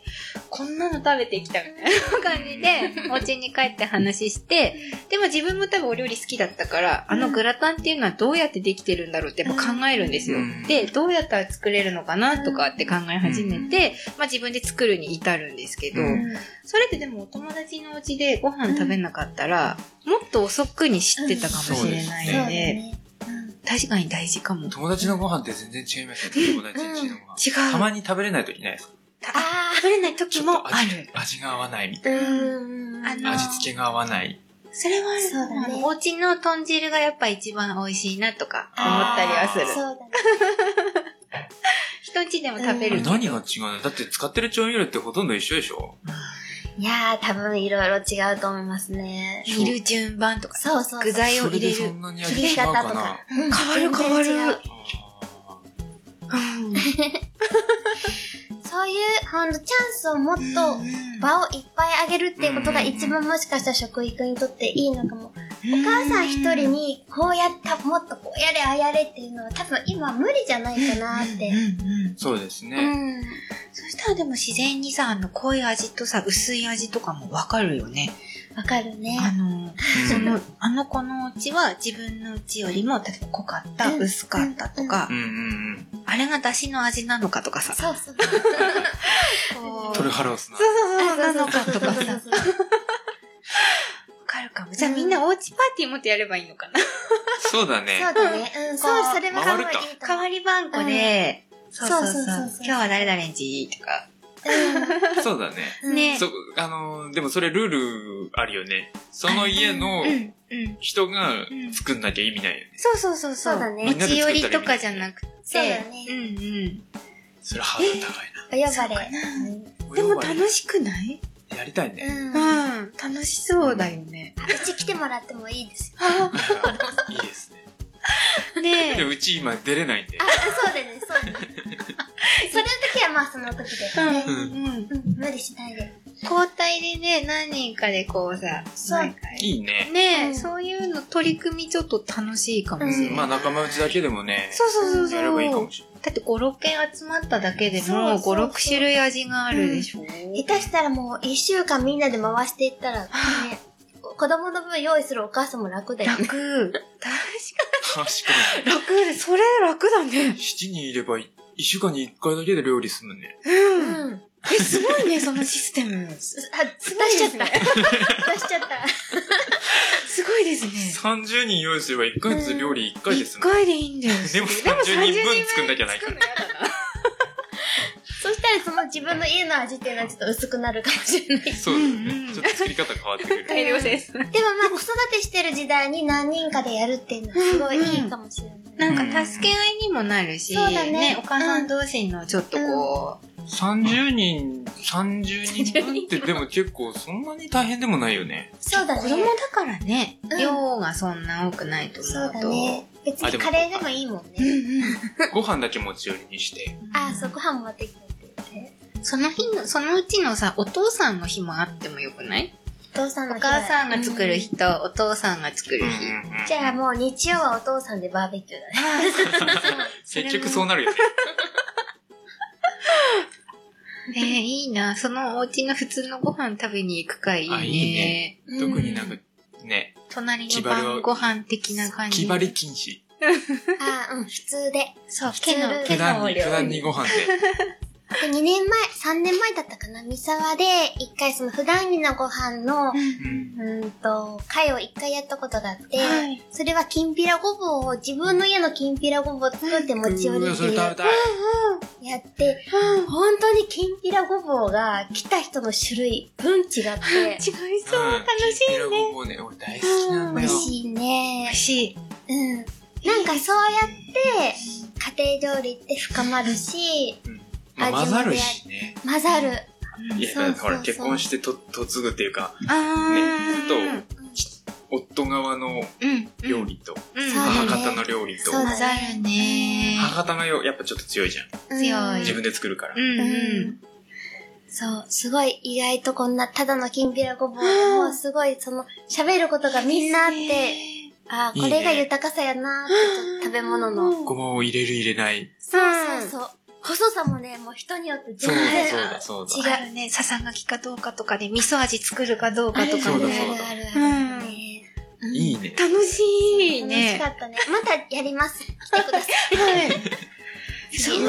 [SPEAKER 3] こんなの食べてきたみたいな感じで、お家に帰って話して、でも自分も多分お料理好きだったから、あのグラタンっていうのはどうやってできてるんだろうってやっぱ考えるんですよ
[SPEAKER 1] うん。
[SPEAKER 3] で、どうやったら作れるのかなとかって考え始めて、まあ自分で作るに至るんですけど
[SPEAKER 1] う、ん
[SPEAKER 3] それってでもお友達のお家でご飯食べなかったら、もっと遅くに知ってたかもしれない
[SPEAKER 4] そうだ
[SPEAKER 3] ので、
[SPEAKER 4] ね。
[SPEAKER 3] 確かに大事かも。違う。
[SPEAKER 1] 友達のご飯って全然違いますよね、友達の家のご飯。たまに食べれないときないですか
[SPEAKER 4] あ
[SPEAKER 3] 食べれない時もあ
[SPEAKER 1] ちょっ
[SPEAKER 3] る。
[SPEAKER 1] と味味が合わないみた
[SPEAKER 4] あ。
[SPEAKER 1] い
[SPEAKER 4] うん。
[SPEAKER 3] あの
[SPEAKER 1] な。味付けが合わない。
[SPEAKER 3] それはある
[SPEAKER 4] そうだね
[SPEAKER 3] あのお家の豚汁がやっぱ一番美味しいなとか思ったりはす
[SPEAKER 4] そう
[SPEAKER 3] る。
[SPEAKER 4] だね。
[SPEAKER 3] 人んちでも食
[SPEAKER 1] あ
[SPEAKER 3] べ
[SPEAKER 1] れ
[SPEAKER 3] る。
[SPEAKER 1] 何が違うのだって使ってる調味料ってほとんど一緒でしょ
[SPEAKER 4] いやー、多分いろいろ違うと思いますね。
[SPEAKER 3] 煮る順番とか、
[SPEAKER 4] そうそうそう。
[SPEAKER 3] 具材を
[SPEAKER 1] それ
[SPEAKER 3] 入
[SPEAKER 1] で
[SPEAKER 3] れ
[SPEAKER 1] そ
[SPEAKER 3] る。
[SPEAKER 1] んなに
[SPEAKER 4] 切
[SPEAKER 1] 味
[SPEAKER 4] り
[SPEAKER 1] 違う
[SPEAKER 4] 方
[SPEAKER 1] か
[SPEAKER 4] とか
[SPEAKER 1] な。
[SPEAKER 4] うん
[SPEAKER 3] 変わる変わる
[SPEAKER 4] 全然違う
[SPEAKER 1] あ
[SPEAKER 4] そういう、ほんと、チャンスをもっと、場をいっぱいあげるっていうことが一番もしかしたら食育にとっていいのかも。お母さん一人
[SPEAKER 3] に
[SPEAKER 4] に、こうやった、もっとこうやれ、ああやれっていうのは多分今無理じゃないかなって。
[SPEAKER 1] ーそうですね。
[SPEAKER 4] うん。
[SPEAKER 3] そしたらでも自然にさ、あの、濃い味とさ、薄い味とかもわかるよね。
[SPEAKER 4] わかるね。
[SPEAKER 3] あの、
[SPEAKER 1] うん
[SPEAKER 3] その、あの子のうちは自分のうちよりも、例えば濃かった、
[SPEAKER 4] うん
[SPEAKER 3] 薄かったとか
[SPEAKER 1] う、んうんうん。
[SPEAKER 3] あれが出汁の味なのかとかさ。
[SPEAKER 4] そうそう。こう
[SPEAKER 1] トルハロースな
[SPEAKER 3] そう。そうそう、な
[SPEAKER 4] あ
[SPEAKER 3] のかとかさ。わ
[SPEAKER 4] そうそうそうそう
[SPEAKER 3] かるかも。じゃあみんなおうちパーティーもっとやればいいのかな。
[SPEAKER 1] そうだ
[SPEAKER 4] そう
[SPEAKER 1] ね。
[SPEAKER 4] だね。うん、そう、それ
[SPEAKER 1] 回
[SPEAKER 4] は可
[SPEAKER 1] る
[SPEAKER 4] 愛
[SPEAKER 1] と
[SPEAKER 4] いいと思う。
[SPEAKER 3] 代わりばんこで、そうそう
[SPEAKER 4] そ
[SPEAKER 3] そうう
[SPEAKER 4] そうそうそう
[SPEAKER 3] 今日は誰々んちとか。
[SPEAKER 1] そうだね。
[SPEAKER 4] うん
[SPEAKER 3] ね
[SPEAKER 1] そ、あのー、でもそれルールあるよね。その家の
[SPEAKER 3] うん、うん。
[SPEAKER 1] 人が作んなきゃ意味ないよね。
[SPEAKER 3] そうそうそうそう。
[SPEAKER 4] そうだね
[SPEAKER 3] 持ち寄りとかじゃなくて。
[SPEAKER 4] そうだね
[SPEAKER 3] うんうん。
[SPEAKER 1] それハードル高い
[SPEAKER 4] お呼ばれ。。
[SPEAKER 1] な。
[SPEAKER 3] でも楽しくない
[SPEAKER 1] やりたいうね。
[SPEAKER 3] うん
[SPEAKER 4] うん
[SPEAKER 3] ん。楽しそうだよね。
[SPEAKER 4] ち来てもらってもいいですよ。
[SPEAKER 3] あ
[SPEAKER 1] いいですね。
[SPEAKER 3] ね
[SPEAKER 1] で、
[SPEAKER 3] え。
[SPEAKER 1] うち今出れないんで
[SPEAKER 4] あ、。そうだね、そうだね。 それの時はまあその時で。
[SPEAKER 3] う
[SPEAKER 1] うん
[SPEAKER 3] んうん。
[SPEAKER 4] うん、無理しないで。
[SPEAKER 3] 交代でね、何人かでこうさ、
[SPEAKER 4] そう
[SPEAKER 3] 毎回
[SPEAKER 1] いいね。
[SPEAKER 3] ね
[SPEAKER 4] う
[SPEAKER 3] え、
[SPEAKER 4] ん
[SPEAKER 3] そういうの取り組みちょっと楽しいかもしれ
[SPEAKER 4] う
[SPEAKER 3] ない。
[SPEAKER 4] ん
[SPEAKER 1] まあ仲間内だけでもね、
[SPEAKER 3] そうそうそうそう。
[SPEAKER 1] やればいいかもしれない。
[SPEAKER 3] だって5、6件集まっただけで
[SPEAKER 4] そうそう
[SPEAKER 3] もう
[SPEAKER 4] そう
[SPEAKER 3] 5、6種類味があるでしょ。
[SPEAKER 4] 下手したらもう一週間みんなで回していっ たら、ね、子供の分用意するお母さんも楽だよね。
[SPEAKER 3] 楽。確か
[SPEAKER 1] 確か
[SPEAKER 3] に。楽。それ楽だ
[SPEAKER 1] に。。
[SPEAKER 3] ね
[SPEAKER 1] 7人いれば、1週間に1回だけで料理するのね。
[SPEAKER 4] う
[SPEAKER 3] うん。
[SPEAKER 4] ん。
[SPEAKER 3] え、すごいね、そのシステム。す
[SPEAKER 4] あ、出しちゃった。出しちゃった。
[SPEAKER 3] すごいですね。
[SPEAKER 1] 30人用意すれば1回ずつ料理1回で
[SPEAKER 3] 一
[SPEAKER 1] すもん。
[SPEAKER 3] 回でいいんだよ。
[SPEAKER 1] でも30人分作んなきゃないから
[SPEAKER 3] 作んのやだな
[SPEAKER 4] そしたらその自分の家の味っていうのはちょっと薄くなるかもしれない。
[SPEAKER 1] そうだ
[SPEAKER 3] うんう
[SPEAKER 1] ね。
[SPEAKER 3] ん
[SPEAKER 1] ちょっと作り方変わってくる。
[SPEAKER 3] 大量です。
[SPEAKER 4] でもまあ子育てしてる時代に何人かでやるっていうのはすごいいいかもしれない。
[SPEAKER 3] なんか助け合いにもなるし、
[SPEAKER 4] そうだね
[SPEAKER 3] お母さん同士のちょっとこう、
[SPEAKER 1] 30人、30人分ってでも結構そんなに大変でもないよ ね。
[SPEAKER 4] そうだ
[SPEAKER 3] 子供
[SPEAKER 4] ね。
[SPEAKER 3] だからね、
[SPEAKER 4] うん
[SPEAKER 3] 量がそんな多くないと
[SPEAKER 4] そ
[SPEAKER 3] 思
[SPEAKER 4] う
[SPEAKER 3] う
[SPEAKER 4] だ
[SPEAKER 3] と。
[SPEAKER 4] ね。別にカレーでもいいもん
[SPEAKER 3] うん
[SPEAKER 4] ね。
[SPEAKER 1] ご飯だけ持ち寄りにして。
[SPEAKER 3] うん
[SPEAKER 4] あ、そう、ご飯も持ってきてって。
[SPEAKER 3] その日の、そのうちのさ、お父さんの日もあってもよくない
[SPEAKER 4] お父さん
[SPEAKER 3] お
[SPEAKER 4] の
[SPEAKER 3] 母さんが作る
[SPEAKER 4] 日
[SPEAKER 3] 日と、お父さんが作る日。
[SPEAKER 4] じゃあもう日曜はお父さんでバーベキューだね。
[SPEAKER 1] 結局そう
[SPEAKER 3] な。
[SPEAKER 1] なるよね。
[SPEAKER 3] えーいいな。そのお家の普通のご飯食べに行くかいいね。
[SPEAKER 1] あいいね特になんかね、
[SPEAKER 3] 隣の晩ご飯的な感じ。
[SPEAKER 1] 気張り禁止。
[SPEAKER 4] ああ、うん、普通で。
[SPEAKER 3] そう、
[SPEAKER 4] 普通
[SPEAKER 3] 毛の
[SPEAKER 4] の、
[SPEAKER 1] 普
[SPEAKER 3] 毛
[SPEAKER 1] 段
[SPEAKER 3] の
[SPEAKER 1] に、普段にご飯で。
[SPEAKER 4] で2年前、3年前だったかな、三沢で、一回その普段着のご飯の、
[SPEAKER 1] うん
[SPEAKER 4] うーんと、会を一回やったことがあって、
[SPEAKER 3] はい
[SPEAKER 4] それはきんぴらごぼうを、自分の家のきんぴらごぼうを作って持ち寄
[SPEAKER 1] う
[SPEAKER 4] り
[SPEAKER 1] わ
[SPEAKER 4] って
[SPEAKER 1] それ
[SPEAKER 4] いう
[SPEAKER 1] 食べたい。
[SPEAKER 4] やって、本当にきんぴらごぼうが来た人の種類、分違って、
[SPEAKER 3] 違いそう。楽しい
[SPEAKER 1] いね。ごぼうね、俺大好きなんだ
[SPEAKER 4] 美
[SPEAKER 1] よ。
[SPEAKER 4] 味しい
[SPEAKER 3] 美
[SPEAKER 4] ね
[SPEAKER 3] 味。しい。
[SPEAKER 4] うん。なんかそうやって、家庭料理って深まるし、
[SPEAKER 1] まあ、混
[SPEAKER 4] 味
[SPEAKER 1] ざ
[SPEAKER 4] も
[SPEAKER 1] るしね。
[SPEAKER 4] 混ざる。
[SPEAKER 1] いや、
[SPEAKER 4] そうそうそう
[SPEAKER 1] ほら、結婚してと、嫁ぐっていうか、
[SPEAKER 3] あー
[SPEAKER 1] ね夫側の
[SPEAKER 3] うんうん
[SPEAKER 1] 料理と、
[SPEAKER 3] うん
[SPEAKER 4] そうだ
[SPEAKER 1] 母
[SPEAKER 4] ね
[SPEAKER 1] 方の料理と、
[SPEAKER 4] そうだ
[SPEAKER 3] 混ざるね
[SPEAKER 1] 母方がよ、やっぱちょっと強いじゃん。
[SPEAKER 4] うん
[SPEAKER 3] 強い
[SPEAKER 1] 自分で作るから。
[SPEAKER 3] うん
[SPEAKER 4] うんそう、すごい意外とこんなただのきんぴらごぼうでも、すごいその喋ることがみんなあって、あーこれが豊かさやなーってちょっと食べ物の。
[SPEAKER 3] うん
[SPEAKER 1] ごまを入れる入れない。
[SPEAKER 4] そうそうそう。細さもね、もう人によって
[SPEAKER 1] そう
[SPEAKER 4] 全
[SPEAKER 1] だ、
[SPEAKER 4] 然
[SPEAKER 1] そうだ、そうだ。
[SPEAKER 3] 違うねささがきかどうかとかで味噌味作るかどうかと
[SPEAKER 1] そ
[SPEAKER 3] か
[SPEAKER 1] うだ
[SPEAKER 3] ね
[SPEAKER 1] そうだ
[SPEAKER 4] あるある
[SPEAKER 3] う
[SPEAKER 4] ある
[SPEAKER 3] ん
[SPEAKER 4] ね
[SPEAKER 1] いいね。
[SPEAKER 3] 楽しい
[SPEAKER 4] 楽し
[SPEAKER 3] ね
[SPEAKER 4] かったね。またやります。来てくださ
[SPEAKER 3] はい
[SPEAKER 4] い。
[SPEAKER 3] そういう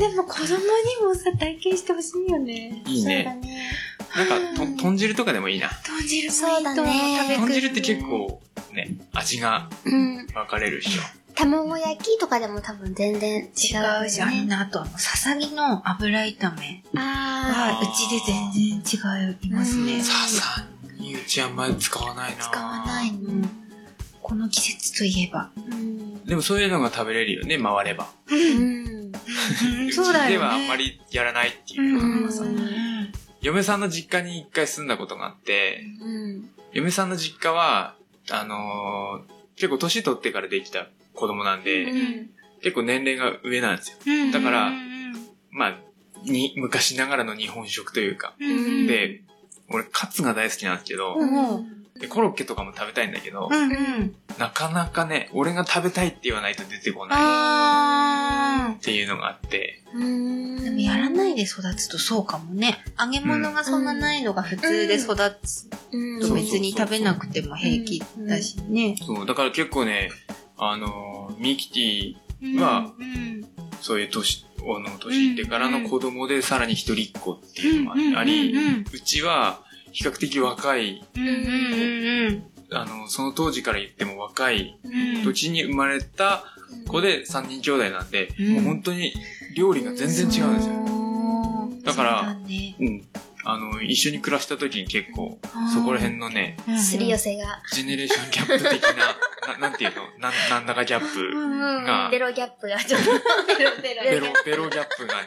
[SPEAKER 3] のでも子供にもさ体験してほしいよね
[SPEAKER 1] いい
[SPEAKER 4] そうだ
[SPEAKER 1] ね。
[SPEAKER 4] ね。
[SPEAKER 1] なんか、と豚汁とかでもいいな。
[SPEAKER 3] 豚汁もいいと
[SPEAKER 4] そうだ
[SPEAKER 3] 思う
[SPEAKER 4] ね
[SPEAKER 3] 食べ
[SPEAKER 1] 豚
[SPEAKER 3] 比べ
[SPEAKER 1] 汁って結構、ね、味が
[SPEAKER 4] うん。
[SPEAKER 1] 分かれるでしょ。
[SPEAKER 4] 卵焼きとかでも多分全然違う、
[SPEAKER 3] 違うじゃん。。あと、あの、ささぎの油炒めは、
[SPEAKER 4] あ
[SPEAKER 3] うちで全然違います
[SPEAKER 4] う
[SPEAKER 3] ね
[SPEAKER 4] ん。
[SPEAKER 1] ささにうちあんまり使わないな
[SPEAKER 3] 使わないの。この季節といえば
[SPEAKER 4] あ。。うん。
[SPEAKER 1] でもそういうのが食べれるよね、回れば。
[SPEAKER 4] うん。
[SPEAKER 3] そうだよね。
[SPEAKER 1] ちではあんまりやらないっていうか、
[SPEAKER 3] うん。
[SPEAKER 4] うん
[SPEAKER 3] そううん
[SPEAKER 1] 嫁さんの実家に一回住んだことがあって、
[SPEAKER 4] うん。
[SPEAKER 1] 嫁さんの実家は、あのー結構年取ってからできた子供なんで、
[SPEAKER 4] うん。
[SPEAKER 1] 結構年齢が上なんですよ。だからまあ、に、昔ながらの日本食というか。
[SPEAKER 3] うん
[SPEAKER 1] で、俺、カツが大好きなんですけど、
[SPEAKER 3] うん
[SPEAKER 1] でコロッケとかも食べたいんだけど、
[SPEAKER 3] うんうん。
[SPEAKER 1] なかなかね、俺が食べたいって言わないと出てこないっ
[SPEAKER 3] あ
[SPEAKER 1] ていうのがあって、
[SPEAKER 4] うん。
[SPEAKER 3] ーでもやらないで育つとそうかもね。揚げ物がそんな難易度が普通で育つ
[SPEAKER 4] うん。
[SPEAKER 1] そ
[SPEAKER 3] と
[SPEAKER 1] うそう
[SPEAKER 3] 別に食べなくても平気だしね。
[SPEAKER 1] そう、だから結構ね、あのーミキティ、んま
[SPEAKER 3] うん
[SPEAKER 1] そういう年、あの、年いってからの子供でさらに一人っ子っていうのがあ
[SPEAKER 3] うんうんうんう
[SPEAKER 1] り
[SPEAKER 3] ん、
[SPEAKER 1] うちは比較的若い、
[SPEAKER 3] うんうん
[SPEAKER 1] あの、その当時から言っても若い
[SPEAKER 3] うんうん
[SPEAKER 1] 土地に生まれた子で3人兄弟なんで、
[SPEAKER 3] うん
[SPEAKER 1] もう本当に料理が全然違うんですよ。
[SPEAKER 3] よ
[SPEAKER 1] だから
[SPEAKER 3] そうね
[SPEAKER 1] うん。あの、一緒に暮らした時に結構、そこら辺のね、
[SPEAKER 3] うん
[SPEAKER 4] すり寄せが。
[SPEAKER 1] ジェネレーションギャップ的な、ななんていうのなんなんだかギャップ。が
[SPEAKER 4] ベロギャップがちょっと。ベロベロ。
[SPEAKER 1] ベロ、ベロギャップがね、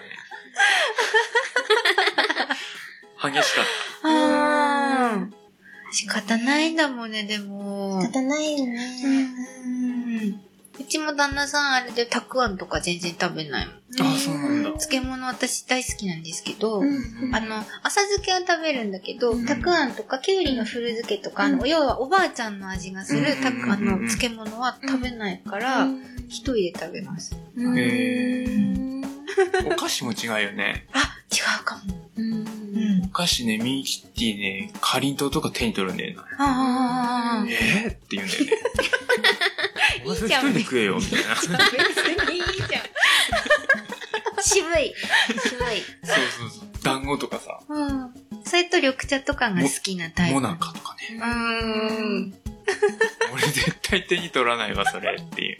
[SPEAKER 1] 激しかっ
[SPEAKER 3] うん仕方ないんだもんね、でも。
[SPEAKER 4] 立たないよね。
[SPEAKER 3] うんうちも旦那さんあれでたくあんとか全然食べないもん。
[SPEAKER 1] た。あ、そうなんだ。
[SPEAKER 3] 漬物私大好きなんですけど、
[SPEAKER 1] ん
[SPEAKER 3] あの、浅漬けは食べるんだけど、
[SPEAKER 4] うん
[SPEAKER 3] たくあんとかきゅうりの古漬けとか、
[SPEAKER 4] うん
[SPEAKER 3] あの要はおばあちゃんの味がする
[SPEAKER 1] うん
[SPEAKER 3] たくあん
[SPEAKER 1] う
[SPEAKER 3] の
[SPEAKER 1] ん
[SPEAKER 3] 漬物は食べないから、一人で食べます。
[SPEAKER 4] うん
[SPEAKER 1] へ
[SPEAKER 4] うん
[SPEAKER 1] お菓子も違うよね。
[SPEAKER 3] あ、違うかも。
[SPEAKER 4] うん。
[SPEAKER 1] お菓子ね、ミキティね、かりんとうとか手に取るんだよな。
[SPEAKER 3] ああ。
[SPEAKER 1] えー、って言うん だよね。お前それ一人で食えよ、みたいな。そうそう
[SPEAKER 3] 別にいいじゃん。
[SPEAKER 4] 渋い。渋い。
[SPEAKER 1] そう。団子とかさ、
[SPEAKER 3] うん。それと緑茶とかが好きなタイプ。
[SPEAKER 1] モナカとかね。
[SPEAKER 3] うーん。
[SPEAKER 1] 俺絶対手に取らないわ、それっていう。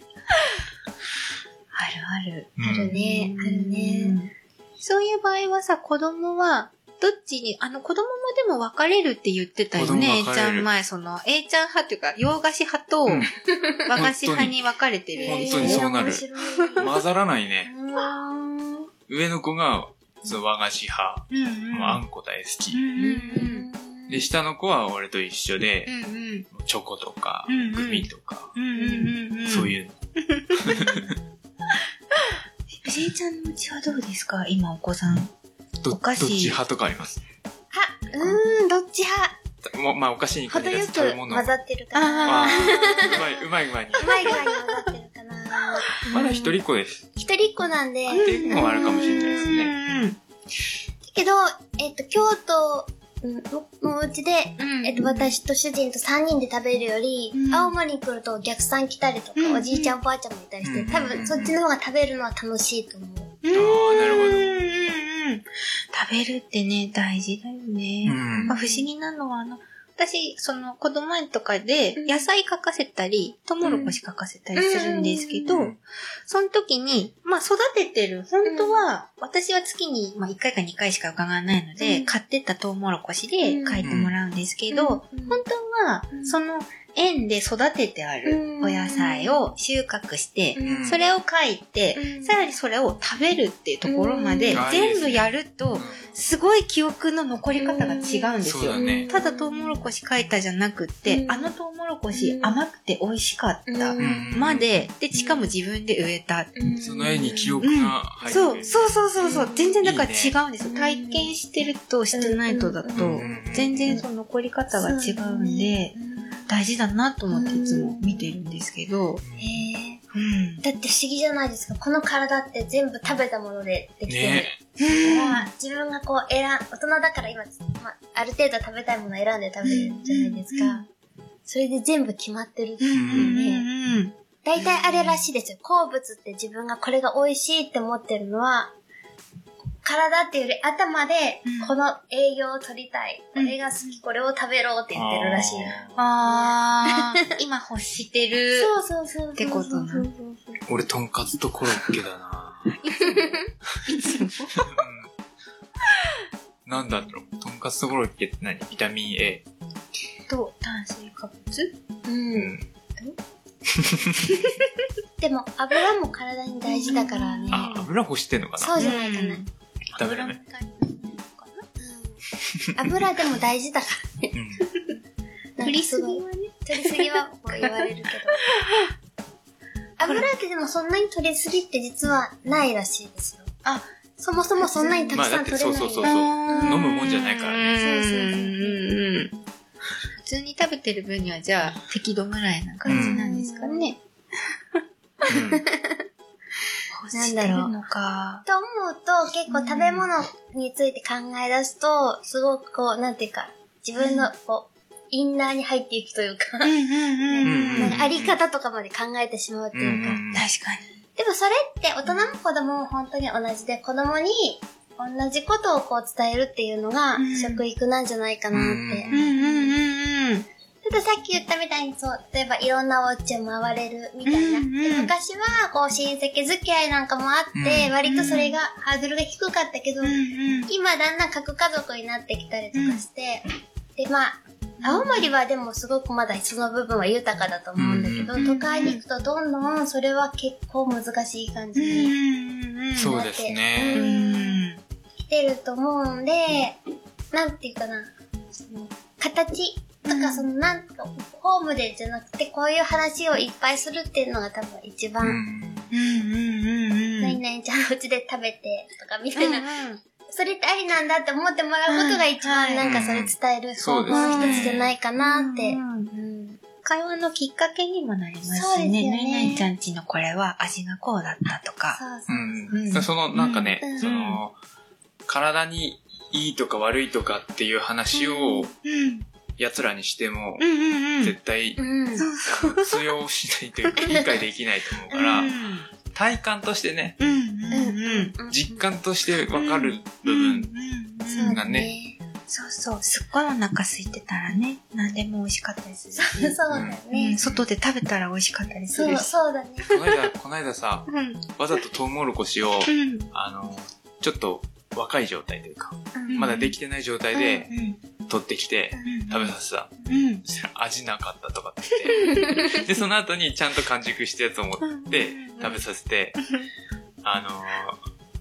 [SPEAKER 3] あるある。
[SPEAKER 1] う
[SPEAKER 4] ある
[SPEAKER 1] ん、
[SPEAKER 4] ね、ある
[SPEAKER 3] う
[SPEAKER 4] ね。
[SPEAKER 3] ん。そういう場合はさ、子供は、どっちに、あの子供もでも別れるって言ってたよね、A
[SPEAKER 1] 子供分
[SPEAKER 3] ち
[SPEAKER 1] かれ
[SPEAKER 3] ゃ
[SPEAKER 1] る
[SPEAKER 3] ん前、その、A ちゃん派というか、洋菓子派と、
[SPEAKER 1] うん
[SPEAKER 3] 和菓子派に分かれてる。
[SPEAKER 1] 本当にそうなる
[SPEAKER 4] 面白い
[SPEAKER 1] 混ざらないね。
[SPEAKER 4] うわー
[SPEAKER 1] 上の子が、そう和菓子派、
[SPEAKER 3] うんう
[SPEAKER 1] もうあんこ大好き。
[SPEAKER 3] ん。うんうん
[SPEAKER 1] で、下の子は俺と一緒で
[SPEAKER 3] う、んうん。
[SPEAKER 1] チョコとか
[SPEAKER 3] うんうん、
[SPEAKER 1] グミとか、
[SPEAKER 3] うんうんうんうん。
[SPEAKER 1] そう
[SPEAKER 3] う。
[SPEAKER 1] いうの。
[SPEAKER 3] A ちゃんのうちはどうですか今お子さん。
[SPEAKER 1] ど
[SPEAKER 3] お
[SPEAKER 1] どっ
[SPEAKER 3] 菓子
[SPEAKER 1] ち派とかあります。
[SPEAKER 4] あ、うーん、どっち派
[SPEAKER 1] もまあ、お菓子に
[SPEAKER 4] 程
[SPEAKER 1] 限ら
[SPEAKER 4] よ
[SPEAKER 1] ず
[SPEAKER 4] く
[SPEAKER 1] 食べ物。
[SPEAKER 4] 混ざってるかな。
[SPEAKER 1] あ
[SPEAKER 3] あ
[SPEAKER 1] ーうまい、うまいうまいに。
[SPEAKER 4] うまい具合に混ざってるかな。
[SPEAKER 1] まだ一人っ子です。
[SPEAKER 4] 一人っ子なんで。
[SPEAKER 1] っていうのもあるかもしれないですね。
[SPEAKER 3] ね。
[SPEAKER 4] けど、えっと、京都うんののうちで、
[SPEAKER 3] うん
[SPEAKER 4] えっと、私と主人と3人で食べるより、
[SPEAKER 3] うん
[SPEAKER 4] 青森に来るとお客さん来たりとか、
[SPEAKER 3] うん
[SPEAKER 4] おじいちゃんおばあちゃんもいたりして、
[SPEAKER 1] うん
[SPEAKER 4] 多分そっちの方が食べるのは楽しいと思う。
[SPEAKER 3] うん
[SPEAKER 1] あーなるほど
[SPEAKER 3] うんうんうん食べるってね、大事だよ
[SPEAKER 1] う
[SPEAKER 3] ね。
[SPEAKER 1] ん
[SPEAKER 3] まあ、不思議なのは、あの、私、その、子供園とかで
[SPEAKER 4] うん、
[SPEAKER 3] 野菜書かせたり、トウモロコシ書かせたりするんですけ
[SPEAKER 1] う
[SPEAKER 3] ど
[SPEAKER 1] ん、
[SPEAKER 3] その時に、まあ、育ててる、本当は、私は月に、まあ、1回か2回しか伺わないの
[SPEAKER 4] う
[SPEAKER 3] で、
[SPEAKER 4] ん
[SPEAKER 3] 買ってったトウモロコシで
[SPEAKER 4] うん
[SPEAKER 3] 書いてもらうんですけど、
[SPEAKER 4] うん
[SPEAKER 3] 本当は
[SPEAKER 4] う、ん
[SPEAKER 3] その、園で育ててある
[SPEAKER 4] うん
[SPEAKER 3] お野菜を収穫して、
[SPEAKER 1] ん
[SPEAKER 3] それを書いて、
[SPEAKER 4] うん
[SPEAKER 3] さらにそれを食べるっていうところまで
[SPEAKER 1] うん
[SPEAKER 3] 全部やると、すごい記憶の残り方が違うんです
[SPEAKER 1] そう
[SPEAKER 3] よ
[SPEAKER 1] だ。ね。
[SPEAKER 3] ただトウモロコシ書いたじゃなくって、
[SPEAKER 4] うん
[SPEAKER 3] あのトウモロコシ
[SPEAKER 4] うん
[SPEAKER 3] 甘くて美味しかった
[SPEAKER 4] う。
[SPEAKER 1] うん
[SPEAKER 3] ま、で、で、しかも自分で植えた。
[SPEAKER 4] うん
[SPEAKER 1] その絵に記憶が入ってる。
[SPEAKER 3] そう、そうそうそうそう
[SPEAKER 4] う、ん
[SPEAKER 3] 全然だから
[SPEAKER 1] いい
[SPEAKER 3] 違
[SPEAKER 1] ね
[SPEAKER 3] うんですよ。
[SPEAKER 4] うん
[SPEAKER 3] 体験してるとしてないとだと、
[SPEAKER 1] うんうんうん
[SPEAKER 3] 全然その残り方が違うんで、大事だなと思っていつも見てるんですけど、
[SPEAKER 4] へ
[SPEAKER 3] う
[SPEAKER 4] ー
[SPEAKER 3] ん。
[SPEAKER 4] だって不思議じゃないですか。この体って全部食べたものでできてる。
[SPEAKER 1] ね
[SPEAKER 4] まあ自分がこう選ん、大人だから今、まあ、ある程度食べたいものを選んで食べるじゃないです
[SPEAKER 3] う
[SPEAKER 4] か。それで全部決まってるって
[SPEAKER 3] う
[SPEAKER 4] い
[SPEAKER 3] ん
[SPEAKER 4] うね。
[SPEAKER 3] うんうん
[SPEAKER 4] 大体あれらしいですよ。好物って自分がこれが美味しいって思ってるのは、体っていうより頭で
[SPEAKER 3] うん、
[SPEAKER 4] この栄養を取りたい。こ
[SPEAKER 3] うん
[SPEAKER 4] れが好き、これを食べろって言ってるらしい。
[SPEAKER 3] あー、今欲してる。
[SPEAKER 4] そうそうそうそうそう。
[SPEAKER 3] ってことな
[SPEAKER 4] そう
[SPEAKER 1] 俺、とんかつとコロッケだなうんなんだろう。とんかつとコロッケって何ビタミン A。
[SPEAKER 3] と、炭水化物
[SPEAKER 4] そうう。。
[SPEAKER 1] うん
[SPEAKER 4] でも、油も体に大事だからね。
[SPEAKER 1] あ、油干してんのかな
[SPEAKER 4] そうじゃないかな。
[SPEAKER 1] ダメだね。
[SPEAKER 4] うん油でも大事だか
[SPEAKER 1] うん。
[SPEAKER 4] ら。
[SPEAKER 3] 取りすぎ
[SPEAKER 4] なんか
[SPEAKER 3] はね。
[SPEAKER 4] すごい取りすぎは僕は言われるけど。油ってでもそんなに取りすぎって実はないらしいですよ。
[SPEAKER 3] あ、
[SPEAKER 4] そもそもそんなにたくさん取れない。
[SPEAKER 1] まあだってそうそうそう
[SPEAKER 3] 飲
[SPEAKER 1] 飲むもんじゃないからね
[SPEAKER 4] そうそうそう
[SPEAKER 3] 普通に食べてる分にはじゃあ適度ぐらいな感じなんですかね。
[SPEAKER 4] なんだ
[SPEAKER 3] 欲して
[SPEAKER 4] ろう
[SPEAKER 3] るのか。
[SPEAKER 4] と思うと、結構食べ物について考え出すと、すごくこう、なんていうか、自分のこう、インナーに入っていくというか、
[SPEAKER 3] うんうん
[SPEAKER 1] うん
[SPEAKER 4] なんかあり方とかまで考えてしまうって
[SPEAKER 1] うん。う
[SPEAKER 4] いうか。
[SPEAKER 1] ん。
[SPEAKER 3] 確かに。
[SPEAKER 4] でもそれって大人も子供も本当に同じで、子供に同じことをこう伝えるっていうのが
[SPEAKER 3] うん
[SPEAKER 4] 食育なんじゃないかなって。
[SPEAKER 1] うん
[SPEAKER 3] うんうん。
[SPEAKER 4] たださっき言ったみたいにそう、例えばいろんなお家を回れるみたいな。
[SPEAKER 3] うんうん
[SPEAKER 4] で昔はこう親戚付き合いなんかもあって、
[SPEAKER 1] うん
[SPEAKER 4] 割とそれがハードルが低かったけど、
[SPEAKER 3] うんうん。
[SPEAKER 4] 今だんだん核家族になってきたりとかして、でまあ、青森はでもすごくまだその部分は豊かだと思うんだけど、
[SPEAKER 3] うんうん
[SPEAKER 4] 都会に行くとどんどんそれは結構難しい感じに。
[SPEAKER 3] うんうん。
[SPEAKER 1] そうです
[SPEAKER 3] う
[SPEAKER 1] ね。
[SPEAKER 3] ん。
[SPEAKER 4] 来てると思うんで、なんていうかな、その形と
[SPEAKER 3] う
[SPEAKER 4] か
[SPEAKER 3] ん
[SPEAKER 4] そのなんか、ホームでじゃなくてこういう話をいっぱいするっていうのが多分一
[SPEAKER 1] う
[SPEAKER 4] 番、
[SPEAKER 1] ん。
[SPEAKER 3] うんうんうんう
[SPEAKER 4] 何
[SPEAKER 3] ん。
[SPEAKER 4] 々ちゃんのうちで食べてとかみたいな、それってありなんだって思ってもらうことが一
[SPEAKER 3] う
[SPEAKER 4] 番
[SPEAKER 3] ん
[SPEAKER 4] なんかそれ伝える方法の一つじゃないかなって。
[SPEAKER 3] うん
[SPEAKER 4] うん
[SPEAKER 3] 会話のきっかけにもなります
[SPEAKER 4] そう
[SPEAKER 3] し
[SPEAKER 4] です
[SPEAKER 3] ね。
[SPEAKER 4] よ
[SPEAKER 3] 何々
[SPEAKER 4] ね
[SPEAKER 3] ちゃんちのこれは味がこうだったとか。
[SPEAKER 4] そうそうう。
[SPEAKER 1] んそのなんかね、
[SPEAKER 4] うん
[SPEAKER 1] その体にいいとか悪いとかっていう話を
[SPEAKER 3] うん。
[SPEAKER 1] 奴らにしても、
[SPEAKER 3] うんうんうん。
[SPEAKER 1] 絶対
[SPEAKER 4] うん。そう
[SPEAKER 1] あの通用しないというか理解できないと思うから、
[SPEAKER 3] うん
[SPEAKER 1] 体感としてね
[SPEAKER 3] うんうん
[SPEAKER 4] ん
[SPEAKER 1] 実感としてわかる
[SPEAKER 3] う
[SPEAKER 1] 部
[SPEAKER 3] ん。
[SPEAKER 1] 分、
[SPEAKER 3] そう
[SPEAKER 1] がね。
[SPEAKER 3] そうそう。すっごいお腹空いてたらね、何でも美味しかったりするし。
[SPEAKER 4] そうだ
[SPEAKER 3] う
[SPEAKER 4] ね
[SPEAKER 3] ん。外で食べたら美味しかったりす
[SPEAKER 4] そ
[SPEAKER 3] る
[SPEAKER 4] う、
[SPEAKER 3] し。
[SPEAKER 4] そうだね。
[SPEAKER 1] この間この間さ
[SPEAKER 3] うん。うん。
[SPEAKER 1] わざとトウモロコシを
[SPEAKER 3] うん。
[SPEAKER 1] あのちょっと若い状態というか
[SPEAKER 4] うん
[SPEAKER 1] まだできてない状態で取ってきて食べさせた
[SPEAKER 3] うん。
[SPEAKER 1] そしたら味なかったとかって言 ってでその後にちゃんと完熟したやつを持って食べさせてあの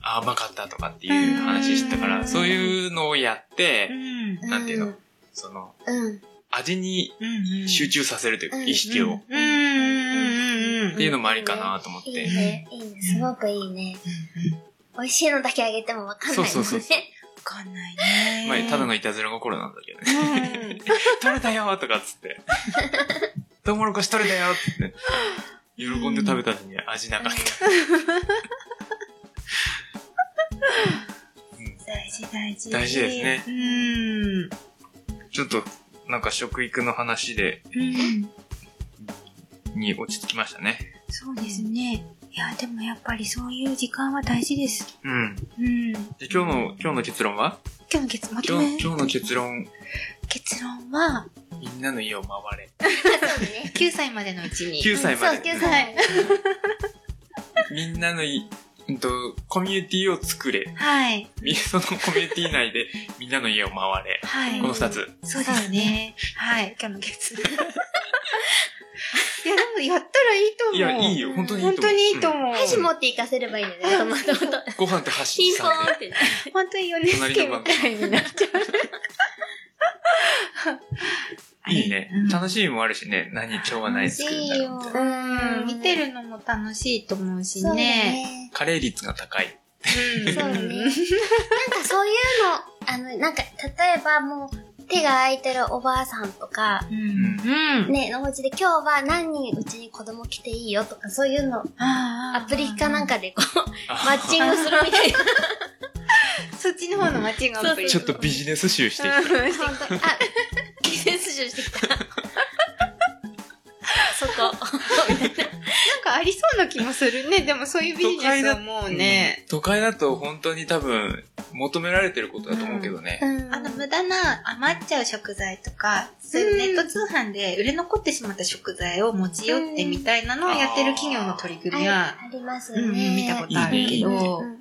[SPEAKER 1] あ甘かったとかっていう話してたか
[SPEAKER 3] う
[SPEAKER 1] ら
[SPEAKER 3] ん
[SPEAKER 1] そういうのをやって
[SPEAKER 3] うん。
[SPEAKER 1] なんていうのその
[SPEAKER 4] うん。
[SPEAKER 1] 味に
[SPEAKER 3] うん。
[SPEAKER 1] 集中させるというか、
[SPEAKER 4] うん
[SPEAKER 1] 意識を、
[SPEAKER 3] うんうんうん。
[SPEAKER 1] っていうのもありかなと思っ
[SPEAKER 4] いい
[SPEAKER 1] て。
[SPEAKER 4] ね。いいね。すごくいいね。美味しいのだけあげてもわかんないもんね。
[SPEAKER 1] そうそうそう
[SPEAKER 3] わかんないね。
[SPEAKER 1] まあ、ただのいたずら心なんだけどね。
[SPEAKER 3] うん。
[SPEAKER 1] 取れたよーとかっつって。トウモロコシ取れたよーっつって。喜んで食べたのに味なか った。うん
[SPEAKER 3] 大事大事。
[SPEAKER 1] 大事ですね。
[SPEAKER 3] うん。
[SPEAKER 1] ちょっと、なんか食育の話で、
[SPEAKER 3] うん。
[SPEAKER 1] に落ち着きましたね。
[SPEAKER 3] そうですね。いや、でもやっぱりそういう時間は大事です。
[SPEAKER 1] うん。
[SPEAKER 3] うん。今
[SPEAKER 1] で今日の、今日の結論は
[SPEAKER 3] 日の結、まと
[SPEAKER 1] 今
[SPEAKER 3] め
[SPEAKER 1] 日、。今日の結論、
[SPEAKER 3] 結論は、
[SPEAKER 1] みんなの家を回れ。
[SPEAKER 3] 9歳までのうちに。
[SPEAKER 1] 9歳まで。
[SPEAKER 4] そう、9歳まで。
[SPEAKER 1] みんなのい、うんと、コミュニティを作れ。
[SPEAKER 3] はい。
[SPEAKER 1] み そのコミュニティ内でみんなの家を回れ。
[SPEAKER 3] はい
[SPEAKER 1] こ。の二つ。
[SPEAKER 3] そうですね。はい。今日の結論。いや、でもやったらいいと思う。
[SPEAKER 1] いや、いいよ。本当にいいと思う。
[SPEAKER 3] 本当にいいと
[SPEAKER 1] うん
[SPEAKER 3] 思う。
[SPEAKER 5] 箸持って行かせればいいのね。トマトと。
[SPEAKER 1] ご飯って箸
[SPEAKER 5] ピン
[SPEAKER 1] に
[SPEAKER 5] ポ
[SPEAKER 1] さ
[SPEAKER 5] ーン
[SPEAKER 1] れ。
[SPEAKER 5] ってて。
[SPEAKER 3] 本当にヨネスケみたいになっちゃう。
[SPEAKER 1] いいね
[SPEAKER 3] うん。
[SPEAKER 1] 楽しみもあるしね。何調和ない作るんだろうみたいな。
[SPEAKER 3] うん、見てるのも楽しいと思うし
[SPEAKER 4] そうだ
[SPEAKER 3] ね。
[SPEAKER 4] ね。
[SPEAKER 1] カレー率が高い。
[SPEAKER 3] うん
[SPEAKER 4] そ うね。なんかそういうの、あの、なんか、例えばもう、手が空いてるおばあさんとか、
[SPEAKER 3] うん。うん。
[SPEAKER 4] ね、のお家で今日は何人うちに子供来ていいよとか、そういうの、ア
[SPEAKER 3] ア
[SPEAKER 4] プリかなん
[SPEAKER 3] か。
[SPEAKER 4] かでこう、マ
[SPEAKER 1] あ
[SPEAKER 4] ッチングするみたいな。
[SPEAKER 3] そっちの方のマッチングアプリ。
[SPEAKER 1] ちょっとビジネス集してきた。
[SPEAKER 3] うん
[SPEAKER 4] ほんとあ、ビジネス書してきた。そこ。
[SPEAKER 3] なんかありそうな気もするね。でもそういうビジネスはもうね。
[SPEAKER 1] 都会だと本当に多分求められてることだと思うけどね。
[SPEAKER 4] うん
[SPEAKER 3] あの、無駄な余っちゃう食材とか、そういうネット通販で売れ残ってしまった食材を持ち寄ってみたいなのをやってる企業の取り組みは、
[SPEAKER 4] あります
[SPEAKER 3] う
[SPEAKER 4] ね。
[SPEAKER 3] ん、見たことあるけ
[SPEAKER 1] いいねいいね
[SPEAKER 3] ど
[SPEAKER 4] う、ん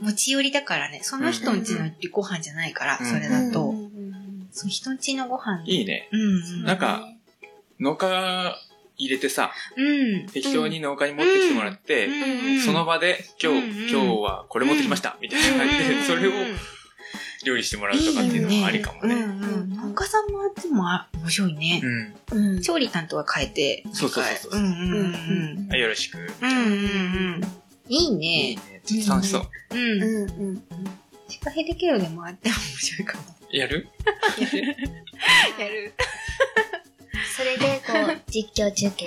[SPEAKER 3] 持ち寄りだからね、その人んちのご飯じゃないから、
[SPEAKER 1] うん
[SPEAKER 3] それ
[SPEAKER 4] うん
[SPEAKER 3] だと
[SPEAKER 4] うん。うん
[SPEAKER 3] その人んちのご飯。
[SPEAKER 1] いいね。
[SPEAKER 3] うん。
[SPEAKER 1] なんか、農家入れてさ、
[SPEAKER 3] うん。
[SPEAKER 1] 適当に農家に持ってきてもらって、
[SPEAKER 3] うん
[SPEAKER 1] その場で今日、
[SPEAKER 3] うんうん
[SPEAKER 1] 今日はこれ持ってきました、みたいな感じで、それを料理してもらうとかっていうのもありかも
[SPEAKER 3] う
[SPEAKER 1] ね。
[SPEAKER 3] んうん。農家さんもあってもあ面白いね
[SPEAKER 1] う。ん。
[SPEAKER 5] うん。
[SPEAKER 3] 調理担当は変えて。
[SPEAKER 1] そうそうそうそうう。
[SPEAKER 3] んうんうん。
[SPEAKER 1] はいよろしく。
[SPEAKER 3] うんうんうん。いい
[SPEAKER 1] いい
[SPEAKER 3] ね。
[SPEAKER 1] ね。ちょっと楽しそう。
[SPEAKER 3] うん。
[SPEAKER 5] うんうん。
[SPEAKER 3] シカヘデケロでもあっても面白いかも。
[SPEAKER 1] やる
[SPEAKER 3] やる。
[SPEAKER 4] それで、こう、実況中継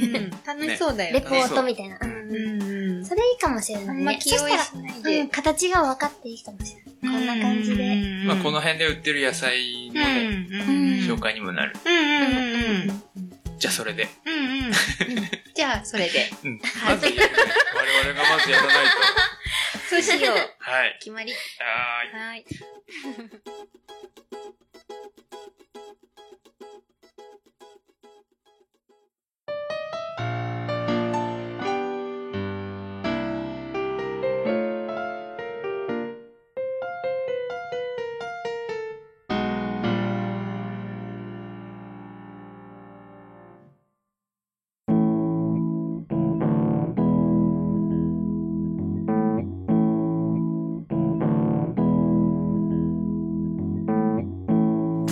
[SPEAKER 4] みたいな。
[SPEAKER 3] 楽しそうだよ
[SPEAKER 4] レ
[SPEAKER 3] ね。
[SPEAKER 4] ポートみたいな。う
[SPEAKER 3] うんんうん。
[SPEAKER 4] それいいかもしれ
[SPEAKER 3] あ
[SPEAKER 4] ない
[SPEAKER 3] んま
[SPEAKER 4] ね。
[SPEAKER 3] 気負いしない
[SPEAKER 4] そしたら、う
[SPEAKER 3] で
[SPEAKER 4] ん、。形が分かっていいかもしれない。こんな感じで。
[SPEAKER 1] まあこの辺で売ってる野菜の
[SPEAKER 3] うん
[SPEAKER 1] ね、
[SPEAKER 3] うん。
[SPEAKER 1] 紹介にもなる。
[SPEAKER 3] うんうんうん。
[SPEAKER 1] じゃあそれで。
[SPEAKER 3] うんうん。じゃあ、それ で。
[SPEAKER 1] うん。まずやるね我々がまずやらないと。
[SPEAKER 3] そうしよう。
[SPEAKER 1] はい。
[SPEAKER 3] 決まり。
[SPEAKER 1] はーい。
[SPEAKER 3] はい。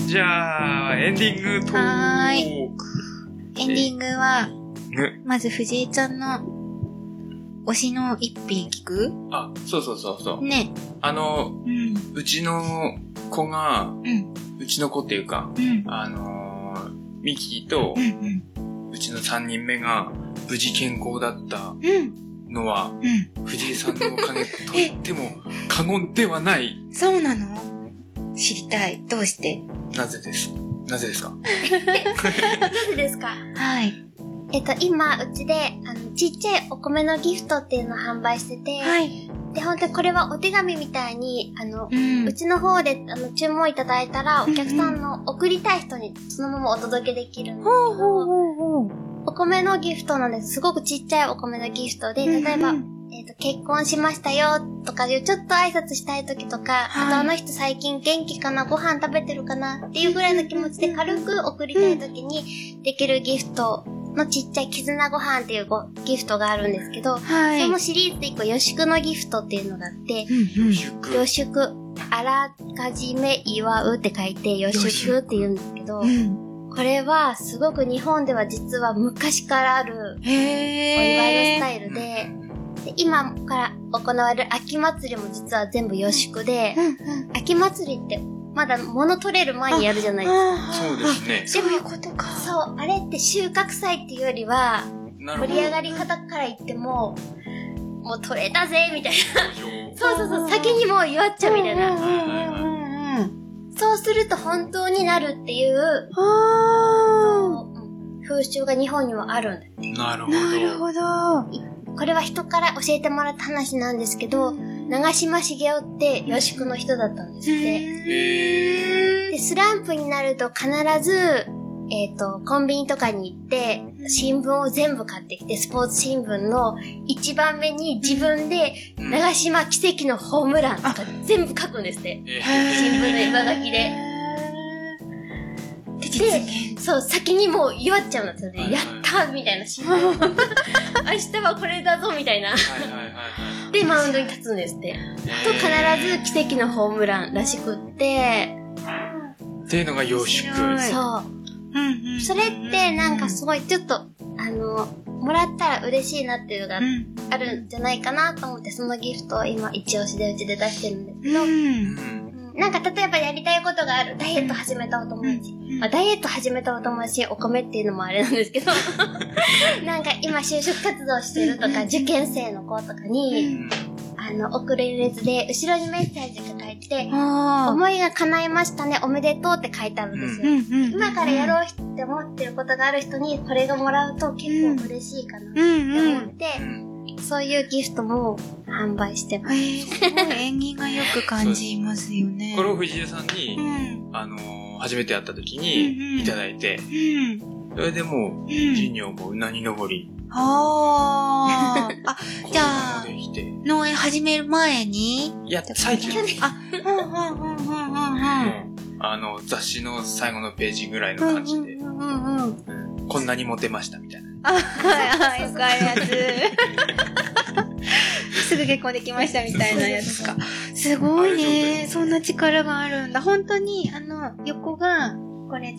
[SPEAKER 1] じゃあ、エンディングト
[SPEAKER 3] は
[SPEAKER 1] ーク。
[SPEAKER 3] エンディングは、
[SPEAKER 1] ね
[SPEAKER 3] まず藤井ちゃんの推しの一品聞く
[SPEAKER 1] あ、そうそうそうそう。
[SPEAKER 3] ね。
[SPEAKER 1] あの、
[SPEAKER 3] うん。
[SPEAKER 1] うちの子が、
[SPEAKER 3] ん
[SPEAKER 1] うちの子っていうか、
[SPEAKER 3] うん。
[SPEAKER 1] あのー、ミキと
[SPEAKER 3] う、ん。
[SPEAKER 1] うちの3人目が、無事健康だった
[SPEAKER 3] うん。
[SPEAKER 1] のは、
[SPEAKER 3] う
[SPEAKER 1] 藤井さんのお 金と言っても過言ではない。
[SPEAKER 3] ん。そうなの知りたい。どうして
[SPEAKER 1] なぜです。なぜですか
[SPEAKER 4] なぜですか
[SPEAKER 3] はい。
[SPEAKER 4] えっと、今、うちで、あの、ちっちゃいお米のギフトっていうのを販売してて、
[SPEAKER 3] はい。
[SPEAKER 4] で、本当にこれはお手紙みたいに、あの、
[SPEAKER 3] うん
[SPEAKER 4] うちの方で、あの、注文いただいたら、お客さんの送りたい人にそのままお届けできるんですけど、
[SPEAKER 3] ほうほう。
[SPEAKER 4] お米のギフトなんです。すごくちっちゃいお米のギフトで、例えば、えっと結婚しましたよとかいうちょっと挨拶したい時とか、
[SPEAKER 3] はい
[SPEAKER 4] あとあの人最近元気かなご飯食べてるかなっていうぐらいの気持ちで軽く送りたい時にできるギフトのちっちゃい絆ご飯っていうごギフトがあるんですけど、
[SPEAKER 3] は
[SPEAKER 4] そのシリーズで一個予祝のギフトっていうのがあって、
[SPEAKER 3] うんうん。
[SPEAKER 1] 祝
[SPEAKER 4] 予祝、あらかじめ祝うって書いて予祝って言うんですけど、
[SPEAKER 3] うん。
[SPEAKER 4] これはすごく日本では実は昔からあるお祝いの
[SPEAKER 3] へ
[SPEAKER 4] ス
[SPEAKER 3] ー。
[SPEAKER 4] タイルで、で今から行われる秋祭りも実は全部予祝で、
[SPEAKER 3] うんうん。
[SPEAKER 4] 秋祭りってまだ物取れる前にやるじゃないですか。
[SPEAKER 1] そうですね。
[SPEAKER 3] そういうことか。
[SPEAKER 4] そう、あれって収穫祭っていうよりは、
[SPEAKER 1] なる
[SPEAKER 4] 盛
[SPEAKER 1] ほ
[SPEAKER 4] り
[SPEAKER 1] ど。
[SPEAKER 4] 上がり方から言っても、もう取れたぜみたい
[SPEAKER 1] 上
[SPEAKER 4] な。そうそうそう、先にもう祝っちゃうみたいな。
[SPEAKER 3] うんうんうん。
[SPEAKER 4] そうすると本当になるっていう、
[SPEAKER 3] あ
[SPEAKER 4] うん風習が日本にはあるんだ。
[SPEAKER 1] なるほ
[SPEAKER 3] ー。なる
[SPEAKER 1] ど。
[SPEAKER 3] ほど。
[SPEAKER 4] これは人から教えてもらった話なんですけど、長島茂雄って予祝の人だったんですって。
[SPEAKER 1] え
[SPEAKER 4] で、スランプになると必ず、えっ、と、コンビニとかに行って、新聞を全部買ってきて、スポーツ新聞の一番目に自分で、
[SPEAKER 1] ー。
[SPEAKER 4] 長島奇跡のホームランとか全部書くんですって。
[SPEAKER 1] え
[SPEAKER 3] へー
[SPEAKER 4] 新聞の上書きで。
[SPEAKER 3] へー
[SPEAKER 4] で、
[SPEAKER 3] 実現。
[SPEAKER 5] そう、先にもう祝っちゃうんだった
[SPEAKER 1] はい
[SPEAKER 5] やったーみたいな心 配。明日はこれだぞみたいな。
[SPEAKER 1] はいはいはいはい。
[SPEAKER 5] で、マウンドに立つんですって。と、必ず奇跡のホームランらしくって、
[SPEAKER 1] ず。っていうのが洋宿。
[SPEAKER 3] 面白い
[SPEAKER 5] そう。
[SPEAKER 3] うんうん
[SPEAKER 4] それってなんかすごいちょっと、あの、もらったら嬉しいなっていうのが
[SPEAKER 3] うん
[SPEAKER 4] あるんじゃないかなと思って、そのギフトを今一押しでうちで出してるんですけど、
[SPEAKER 3] うん
[SPEAKER 1] う
[SPEAKER 4] なんか例えばやりたいことがある、ダイエット始めたお友達。あ、ダイエット始めたお友達、お米っていうのもあれなんです けど、なんか今就職活動してるとか、受験生の子とかに、
[SPEAKER 1] ん。
[SPEAKER 4] あの、送れる列で、後ろにメッセージが書いて、
[SPEAKER 3] あ
[SPEAKER 4] 思いが叶いましたね、おめでとうって書いてあるんです
[SPEAKER 3] ーう
[SPEAKER 4] よ。
[SPEAKER 3] んうん
[SPEAKER 4] 今からやろうって思ってることがある人に、これがもらうと結構嬉しいかなって
[SPEAKER 3] うんう
[SPEAKER 4] 思っ
[SPEAKER 3] ん。
[SPEAKER 4] て、そういうギフトも販売してま
[SPEAKER 3] え
[SPEAKER 4] す。
[SPEAKER 3] ー、すごい縁起がよく感じますよね。
[SPEAKER 1] これを藤井さんに
[SPEAKER 3] う、ん。
[SPEAKER 1] あのー、初めて会った時
[SPEAKER 3] うんうん
[SPEAKER 1] に、いただいて、
[SPEAKER 3] うん。
[SPEAKER 1] それでもう、
[SPEAKER 3] うん。
[SPEAKER 1] 授業もうなぎ登り、
[SPEAKER 3] あー。あ、じゃあ
[SPEAKER 1] 子供もできて。
[SPEAKER 3] 農園始める前に
[SPEAKER 1] いや、最中です。
[SPEAKER 3] あ、うんうんうんうんうんうん。
[SPEAKER 1] もうあの、雑誌の最後のページぐらいの感じで、
[SPEAKER 3] うんうんうんうん。
[SPEAKER 1] うんこんなにモテましたみたいな。
[SPEAKER 3] あ、はいはい、そういうやつ。すぐ結婚できましたみたいなやつか。すごいね。そんな力があるんだ。本当に、あの、横が、これ15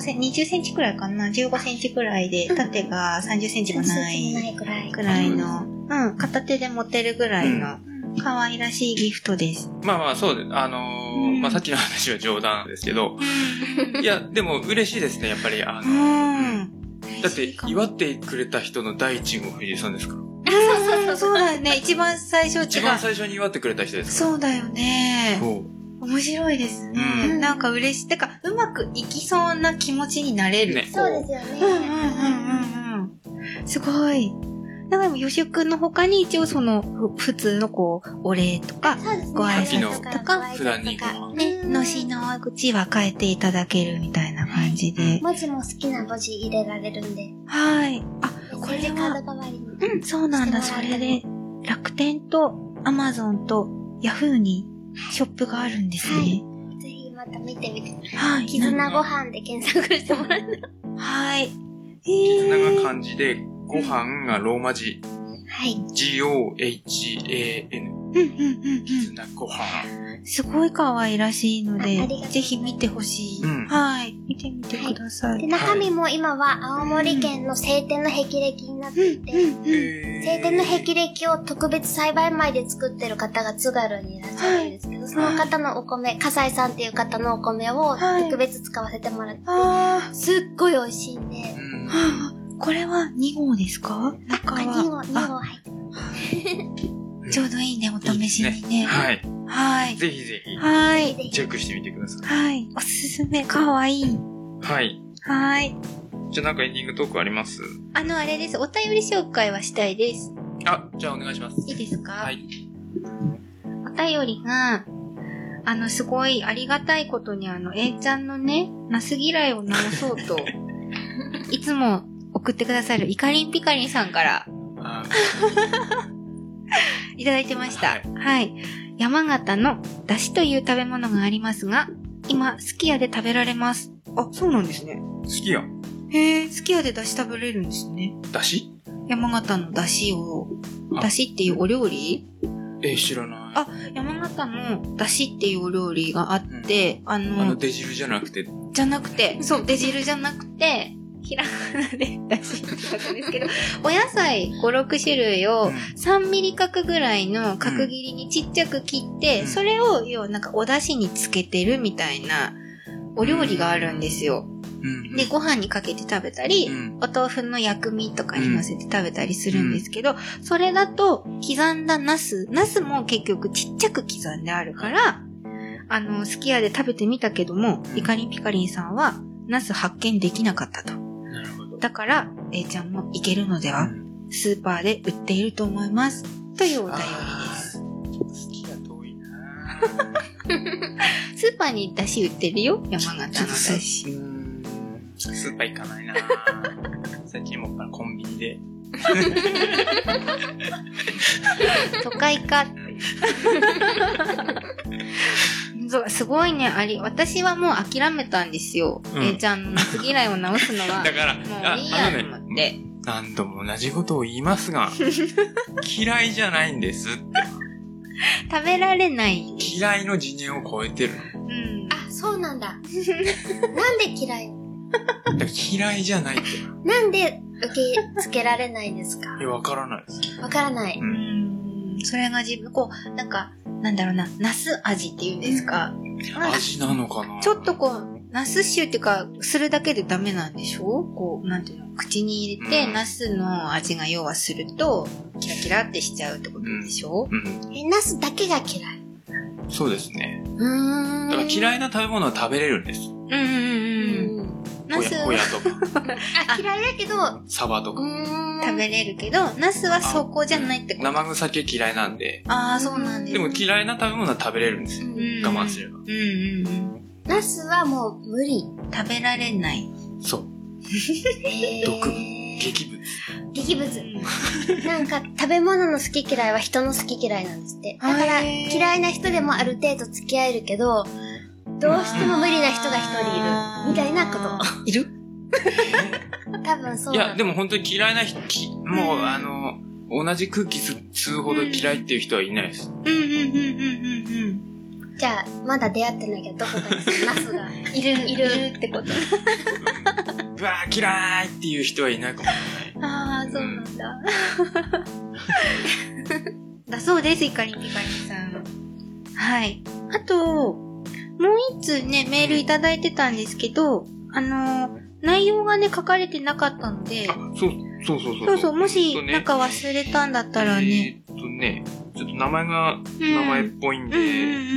[SPEAKER 3] セン20センチくらいかな ?15 センチくらいで、縦が30センチもな
[SPEAKER 4] 施設もないいくらい。
[SPEAKER 3] くらいの、うん、片手で持てるぐらいの、可愛らしいギフトです。
[SPEAKER 1] まあまあ、そうです。あのー
[SPEAKER 3] うん
[SPEAKER 1] まあさっきの話は冗談ですけど、 いや、でも嬉しいですね、やっぱり。あの
[SPEAKER 3] う、ん。
[SPEAKER 1] だって、祝ってくれた人の第一号藤井さんですから。
[SPEAKER 3] うんそうだよね。一番最初
[SPEAKER 1] 一
[SPEAKER 3] 違
[SPEAKER 1] 番
[SPEAKER 3] う。
[SPEAKER 1] 最初に祝ってくれた人ですか
[SPEAKER 3] そうだよね
[SPEAKER 1] ら。。そう。
[SPEAKER 3] 面白いですね。
[SPEAKER 1] うん
[SPEAKER 3] なんか嬉しい。てか、うまくいきそうな気持ちになれる。
[SPEAKER 1] ね
[SPEAKER 4] そうですよ
[SPEAKER 3] うんうんうん
[SPEAKER 4] ね。
[SPEAKER 3] うんうん。すごい。なんかでも、予習くんの他に一応その、ふ普通のこう、お礼とか、
[SPEAKER 4] そうですね。
[SPEAKER 3] ご挨拶
[SPEAKER 1] と
[SPEAKER 3] か
[SPEAKER 4] ご挨拶
[SPEAKER 1] 普段にご飯
[SPEAKER 3] ね、のしの口は変えていただけるみたいな感じで。
[SPEAKER 4] 文字も好きな文字入れられるんで。
[SPEAKER 3] はい。あ、こ
[SPEAKER 4] これ
[SPEAKER 3] れ
[SPEAKER 4] でカー
[SPEAKER 3] は、
[SPEAKER 4] ド代わりに。
[SPEAKER 3] うん、そうなんだ。それで、楽天と、アマゾンと、ヤフーに、ショップがあるんですね。
[SPEAKER 4] ぜひまた見てみて。
[SPEAKER 3] はい。
[SPEAKER 4] 絆ご飯で検索してもらえ
[SPEAKER 3] はい。
[SPEAKER 1] 絆が
[SPEAKER 3] えー、
[SPEAKER 1] 漢字で、ご飯がローマ字。
[SPEAKER 4] はい。
[SPEAKER 1] G-O-H-A-N。
[SPEAKER 3] うんうんうんうん。
[SPEAKER 1] 絆ご飯。
[SPEAKER 3] すごい可愛らしいの
[SPEAKER 4] あありが
[SPEAKER 3] で
[SPEAKER 4] とうござい、ます
[SPEAKER 3] ぜひ見てほしい、
[SPEAKER 1] うん
[SPEAKER 3] はい。見てみてください。
[SPEAKER 4] で、中身も今は青森県の晴天の霹靂になっていて、
[SPEAKER 3] うんうん
[SPEAKER 1] えー
[SPEAKER 4] 晴天の霹靂を特別栽培米で作ってる方が津軽にいらっしゃるんですけど、その方のお米、笠井さんっていう方のお米を
[SPEAKER 3] はい
[SPEAKER 4] 特別使わせてもらって、
[SPEAKER 3] あ
[SPEAKER 4] すっごい美味しいんで、
[SPEAKER 1] うん
[SPEAKER 3] ーはあ、これは2号ですか中は。
[SPEAKER 4] あ、2号、2号
[SPEAKER 3] あ
[SPEAKER 4] 入って
[SPEAKER 3] ちょうどいいね、お試しにね。
[SPEAKER 1] はい。
[SPEAKER 3] はい。
[SPEAKER 1] ぜひぜひ、
[SPEAKER 3] はい。
[SPEAKER 4] ぜひ
[SPEAKER 1] チェックしてみてください。
[SPEAKER 3] はい。おすすめ、可愛い。
[SPEAKER 1] はい。
[SPEAKER 3] はい。
[SPEAKER 1] じゃあなんかエンディングトークあります
[SPEAKER 3] あの、あれです。お便り紹介はしたいです。
[SPEAKER 1] あ、じゃあお願いします。
[SPEAKER 3] いいですか
[SPEAKER 1] はい。
[SPEAKER 3] お便りが、あの、すごいありがたいことに、あの、A ちゃんのね、ナス嫌いを直そう と、いつも送ってくださるイカリンピカリンさんから
[SPEAKER 1] あ
[SPEAKER 3] いただいてました。は
[SPEAKER 1] はいい。
[SPEAKER 3] 山形の出汁という食べ物がありますが、今、すき家で食べられます。あ、そうなんですね。
[SPEAKER 1] 好きや。
[SPEAKER 3] へえ、すき家で出汁食べれるんですね。
[SPEAKER 1] だし
[SPEAKER 3] 山形の出汁を、
[SPEAKER 1] あ
[SPEAKER 3] 出汁っていうお料理
[SPEAKER 1] えー、知らない。
[SPEAKER 3] あ山形の出汁っていうお料理があって、あの、
[SPEAKER 1] あの、出汁じゃなくて、
[SPEAKER 3] じゃなくて、そう、出汁じゃなくて、ひらがなで出汁って書くんですけど、 お野菜5、6種類を3ミリ角ぐらいの角切りにちっちゃく切って、
[SPEAKER 1] うん
[SPEAKER 3] それを、要はなんかお出汁につけてるみたいなお料理があるんですよ。
[SPEAKER 1] うん
[SPEAKER 3] で、ご飯にかけて食べた
[SPEAKER 1] う
[SPEAKER 3] り、
[SPEAKER 1] ん。
[SPEAKER 3] お豆腐の薬味とかに乗せて食べたりするんですけど、それだと刻んだナス、ナスも結局ちっちゃく刻んであるから、あの、すき家で食べてみたけども、
[SPEAKER 1] うん
[SPEAKER 3] イカリンピカリンさんはナス発見できなかったと。
[SPEAKER 1] なるほど。
[SPEAKER 3] だから、えいちゃんもいけるのでは
[SPEAKER 1] うん
[SPEAKER 3] スーパーで売っていると思います。というお便り
[SPEAKER 1] あ
[SPEAKER 3] です。
[SPEAKER 1] ー好きが遠いな
[SPEAKER 3] スーパーに出汁売ってるよ、山
[SPEAKER 1] ち
[SPEAKER 3] 形
[SPEAKER 1] ょ
[SPEAKER 3] の
[SPEAKER 1] っとさ
[SPEAKER 3] 出汁。
[SPEAKER 1] うーんスーパー行かないな 最近もっからコンビニで。
[SPEAKER 3] 都会か。そう、すごいね、あり、私はもう諦めたんですよ。
[SPEAKER 1] うん
[SPEAKER 3] えいちゃんの夏嫌いを直すの は
[SPEAKER 1] だ、から、
[SPEAKER 3] もういいやと思って。
[SPEAKER 1] 何度も同じことを言います が、嫌いじゃないんです。
[SPEAKER 3] 食べられない。
[SPEAKER 1] 嫌いの次元を超えてる。
[SPEAKER 3] うん。
[SPEAKER 4] あ、そうなんだ。なんで嫌い
[SPEAKER 1] だから嫌いじゃないって。い
[SPEAKER 4] なんで受け付けられないんですか
[SPEAKER 1] や、わからないです。
[SPEAKER 4] わからない。
[SPEAKER 3] うん。それが自分、こう、なんか、なんだろうな、ナス味っていうんですか。なんか
[SPEAKER 1] 味なのかな
[SPEAKER 3] ちょっとこう、ナス臭っていうか、するだけでダメなんでしょこう、なんていうの、口に入れて、
[SPEAKER 1] うん
[SPEAKER 3] ナスの味が要はすると、キラキラってしちゃうってことでしょ、
[SPEAKER 1] うん。
[SPEAKER 4] え、ナスだけが嫌い。
[SPEAKER 1] そうですね。
[SPEAKER 4] うーん。
[SPEAKER 1] だから嫌いな食べ物は食べれるんです。
[SPEAKER 3] うん、うんうん
[SPEAKER 4] う
[SPEAKER 3] うん。
[SPEAKER 4] ん。
[SPEAKER 3] ナ
[SPEAKER 1] ほ
[SPEAKER 3] ス
[SPEAKER 1] や、ほやとか、
[SPEAKER 4] あ、嫌いだけど、う
[SPEAKER 1] サバとか。
[SPEAKER 4] ーん。
[SPEAKER 3] 食べれるけど、ナスはそこじゃないってこと。
[SPEAKER 1] 生臭系嫌いなんで。
[SPEAKER 3] ああ、そうなんです。
[SPEAKER 1] でも嫌いな食べ物は食べれるんですよ。
[SPEAKER 4] うん
[SPEAKER 1] 我慢すれば。
[SPEAKER 3] うんうん
[SPEAKER 4] ナスはもう無理。
[SPEAKER 3] うん。食べられない。
[SPEAKER 1] そう。
[SPEAKER 4] えー
[SPEAKER 1] 毒激物。
[SPEAKER 4] 劇物。なんか食べ物の好き嫌いは人の好き嫌いなんですって。だから
[SPEAKER 3] へー
[SPEAKER 4] 嫌いな人でもある程度付き合えるけど、どうしても無理な人が一人いる。みたいなこと。
[SPEAKER 3] と。いる
[SPEAKER 4] 多分そう
[SPEAKER 1] い
[SPEAKER 4] な
[SPEAKER 1] や、
[SPEAKER 4] ん
[SPEAKER 1] で
[SPEAKER 4] だ。
[SPEAKER 1] も本当に嫌いな人、きもう、
[SPEAKER 3] うん
[SPEAKER 1] あの、同じ空気吸うほど嫌いっていう人はいないです。
[SPEAKER 3] うんうんうんうんうんうん。
[SPEAKER 4] じゃあ、まだ出会ってないけど、どこかにそのナスがいる、 いるってこと。
[SPEAKER 1] うわー嫌いっていう人はいないかも。
[SPEAKER 3] ああ、そうなんだ。だそうです、イカリンピカリンさん。はい。あと、もう一通ね、メールいただいてたんですけど、あのー内容がね、書かれてなかったので、
[SPEAKER 1] そう、そうそうそう。
[SPEAKER 3] そうそう、も
[SPEAKER 1] ほ
[SPEAKER 3] し
[SPEAKER 1] んと、ね
[SPEAKER 3] なんか忘れたんだったらね、
[SPEAKER 1] えーっとね、ちょっと名前が、
[SPEAKER 3] うん
[SPEAKER 1] 名前っぽいんで、
[SPEAKER 3] うんうんうん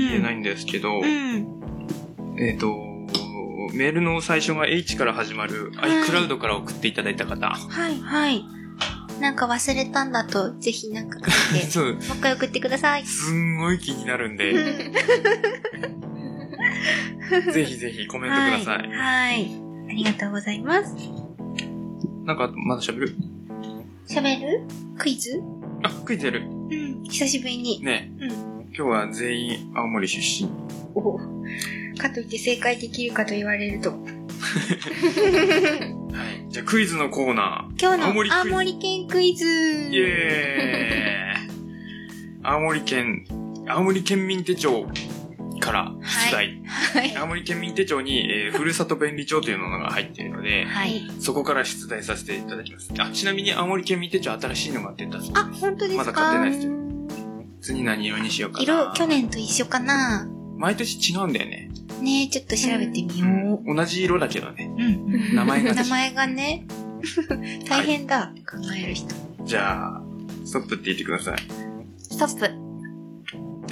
[SPEAKER 1] 言えないんですけど、
[SPEAKER 3] うん。
[SPEAKER 1] えーっと、メールの最初が H から始まる
[SPEAKER 3] はい
[SPEAKER 1] iCloud から送っていただいた方。
[SPEAKER 3] はい、はい。なんか忘れたんだと、ぜひなんか書 いて、
[SPEAKER 1] そう、
[SPEAKER 3] もう一回送ってください。
[SPEAKER 1] すんごい気になるんで、ぜひぜひコメントください。
[SPEAKER 3] はい。はい。ありがとうございます。
[SPEAKER 1] なんか、まだ喋る
[SPEAKER 3] 喋るクイズ
[SPEAKER 1] あ、クイズやる。
[SPEAKER 3] うん。久しぶりに。
[SPEAKER 1] ね、
[SPEAKER 3] うん
[SPEAKER 1] 今日は全員青森出身。
[SPEAKER 3] おかといって正解できるかと言われると。
[SPEAKER 1] はい。じゃあクイズのコーナ
[SPEAKER 3] 今日
[SPEAKER 1] 青森
[SPEAKER 3] の
[SPEAKER 1] クイズ
[SPEAKER 3] 青森県クイズ
[SPEAKER 1] ー。イエーイ青森県、青森県民手帳から出題。
[SPEAKER 3] はい。
[SPEAKER 1] 青森県民手帳に、えーふるさと便利帳というものが入っているので、
[SPEAKER 3] はい。
[SPEAKER 1] そこから出題させていただきます。あ、ちなみに青森県民手帳新しいのが出たそう
[SPEAKER 3] あ、本当で
[SPEAKER 1] ま
[SPEAKER 3] すか
[SPEAKER 1] だ買ってないですよ。次何色にしようかな。
[SPEAKER 3] 色、去。年と一緒かな
[SPEAKER 1] 毎年違うんだよね。
[SPEAKER 3] ねえ、ちょっと調べてみよう。
[SPEAKER 1] 同じ色だけどね。
[SPEAKER 3] うん。うん
[SPEAKER 1] 名前が
[SPEAKER 3] 名前がね、 大変だ。考える人。
[SPEAKER 1] じゃあ、ストップって言ってください。
[SPEAKER 4] ストップ。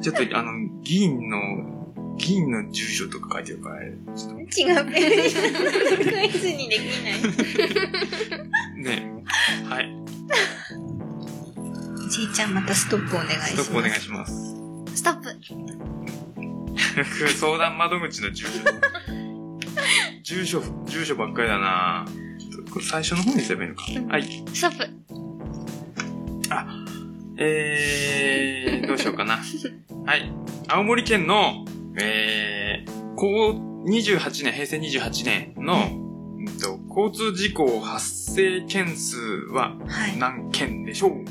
[SPEAKER 1] ちょっと、あの、議員の、議員の住所とか書いてるから、あれちょっ
[SPEAKER 3] 違うページ。クイズにできない。
[SPEAKER 1] とね。はい。
[SPEAKER 3] じいちゃんまたストップお願いします。
[SPEAKER 1] ストップお願いします。
[SPEAKER 4] ストップ。
[SPEAKER 1] 相談窓口の住 所。住所、住所ばっかりだなこれ最初の方にすればいいのか。はい。
[SPEAKER 4] ストップ。
[SPEAKER 1] えー、どうしようかな。はい。青森県の、えー、こう、28年、平成28年の、うんと、交通事故発生件数は
[SPEAKER 3] はい。
[SPEAKER 1] 何件でしょう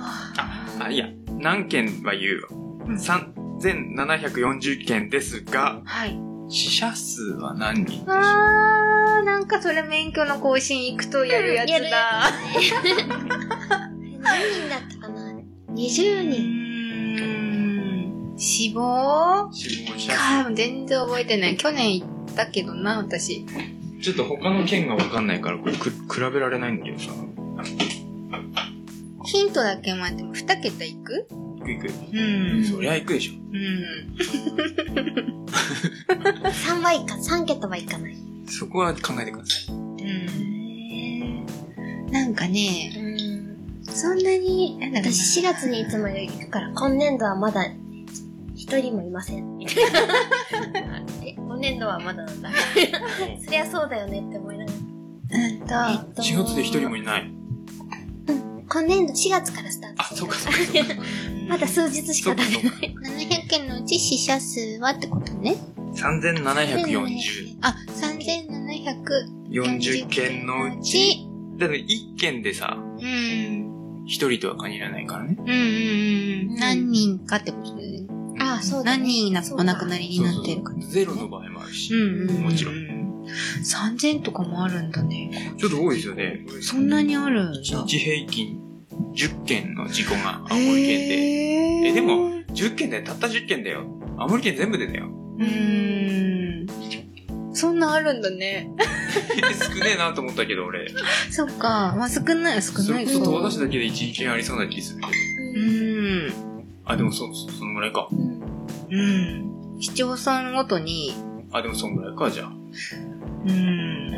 [SPEAKER 1] あ、あいや、何件は言う
[SPEAKER 3] うん
[SPEAKER 1] わ。3740件ですが、
[SPEAKER 3] はい。
[SPEAKER 1] 死者数は何人
[SPEAKER 3] あー、なんかそれ免許の更新行くとやるやつ
[SPEAKER 4] うん
[SPEAKER 3] だ。
[SPEAKER 4] 何人だったかな ?20
[SPEAKER 3] う
[SPEAKER 4] 人。
[SPEAKER 3] ーん。死亡
[SPEAKER 1] 死亡者数。
[SPEAKER 3] か、全然覚えてない。去年行ったけどな、私。
[SPEAKER 1] ちょっと他の県がわかんないから、これく比べられないんだけどさ。
[SPEAKER 3] ヒントだけ待って、2桁行く
[SPEAKER 1] いくいく。
[SPEAKER 3] うん。
[SPEAKER 1] そりゃいくでしょ。
[SPEAKER 3] うん。
[SPEAKER 4] 3はいか、3桁はいかない。
[SPEAKER 1] そこは考えてください。
[SPEAKER 3] うん。なんかね、
[SPEAKER 4] うん。
[SPEAKER 3] そんなに、なんだろうな
[SPEAKER 4] 私4月にいつもより行くから、今年度はまだ一人もいません。え、今年度はまだなんだ。そりゃそうだよねって思いながら。
[SPEAKER 3] うんと、
[SPEAKER 4] えっと
[SPEAKER 1] 4月で一人もいない。
[SPEAKER 4] 今年度4月からスタート
[SPEAKER 1] あ、そうか、そう か、そうか。
[SPEAKER 4] まだ数日し
[SPEAKER 1] そう
[SPEAKER 4] か
[SPEAKER 1] か、
[SPEAKER 4] 経
[SPEAKER 1] そ
[SPEAKER 4] っ
[SPEAKER 1] う
[SPEAKER 4] て
[SPEAKER 1] か
[SPEAKER 4] ない。。
[SPEAKER 6] 700件のうち死者数はってことね。
[SPEAKER 1] 3740。
[SPEAKER 6] あ、3740
[SPEAKER 1] 40件のうち。
[SPEAKER 6] ち。
[SPEAKER 1] だって1件でさ、
[SPEAKER 6] うん。
[SPEAKER 1] 1人とは限らないからね。
[SPEAKER 3] うんうんうん。何人かってことで、
[SPEAKER 4] あ、そうだ、ね。
[SPEAKER 3] 何人な
[SPEAKER 4] そう
[SPEAKER 3] お
[SPEAKER 4] だ
[SPEAKER 3] 亡くなりになってるか
[SPEAKER 1] そうそうゼロの場合もあるし。
[SPEAKER 3] うんうん。
[SPEAKER 1] もちろ
[SPEAKER 3] ん。3000とかもあるんだね。
[SPEAKER 1] ちょっと多いですよね。
[SPEAKER 3] そんなにあるんだ。
[SPEAKER 1] 1日平均10件の事故が青森県で。え、でも、10件だよ。たった10件だよ。青森県全部でだよ。
[SPEAKER 3] うーん。
[SPEAKER 5] そんなあるんだね。
[SPEAKER 1] 少ねえなと思ったけど、俺。
[SPEAKER 3] そっか。まあ、少ない、少
[SPEAKER 1] そ
[SPEAKER 3] な
[SPEAKER 1] れ
[SPEAKER 3] い
[SPEAKER 1] こ
[SPEAKER 3] け
[SPEAKER 1] そ
[SPEAKER 3] ど
[SPEAKER 1] 友達だけで1日ありそうな気するけど。
[SPEAKER 3] うん。
[SPEAKER 1] あ、でもそうそう、そのぐらいか。
[SPEAKER 3] うん。市町村ごとに、
[SPEAKER 1] あ、でもそのぐらいか、じゃあ。
[SPEAKER 3] うん。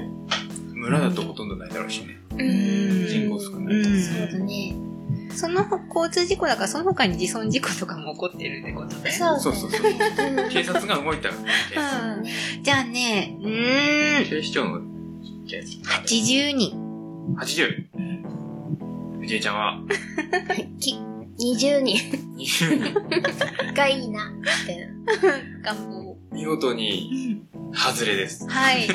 [SPEAKER 1] 村だとほとんどないだろうしね。
[SPEAKER 3] うん
[SPEAKER 1] 人口少な
[SPEAKER 3] う
[SPEAKER 1] い。
[SPEAKER 3] ん。
[SPEAKER 5] そうだね。
[SPEAKER 3] その交通事故だから、その他に自損事故とかも起こってるってことね。
[SPEAKER 5] そう
[SPEAKER 1] そうそうそう。警察が動いたからね。
[SPEAKER 3] うん。じゃあね、うーん。
[SPEAKER 1] 警視庁の警察。
[SPEAKER 3] 80人。
[SPEAKER 1] 80。藤井ちゃんは
[SPEAKER 4] 20人
[SPEAKER 1] 20人。
[SPEAKER 4] がいいな。
[SPEAKER 3] 願望。
[SPEAKER 1] 見事に、外れです。
[SPEAKER 3] はい。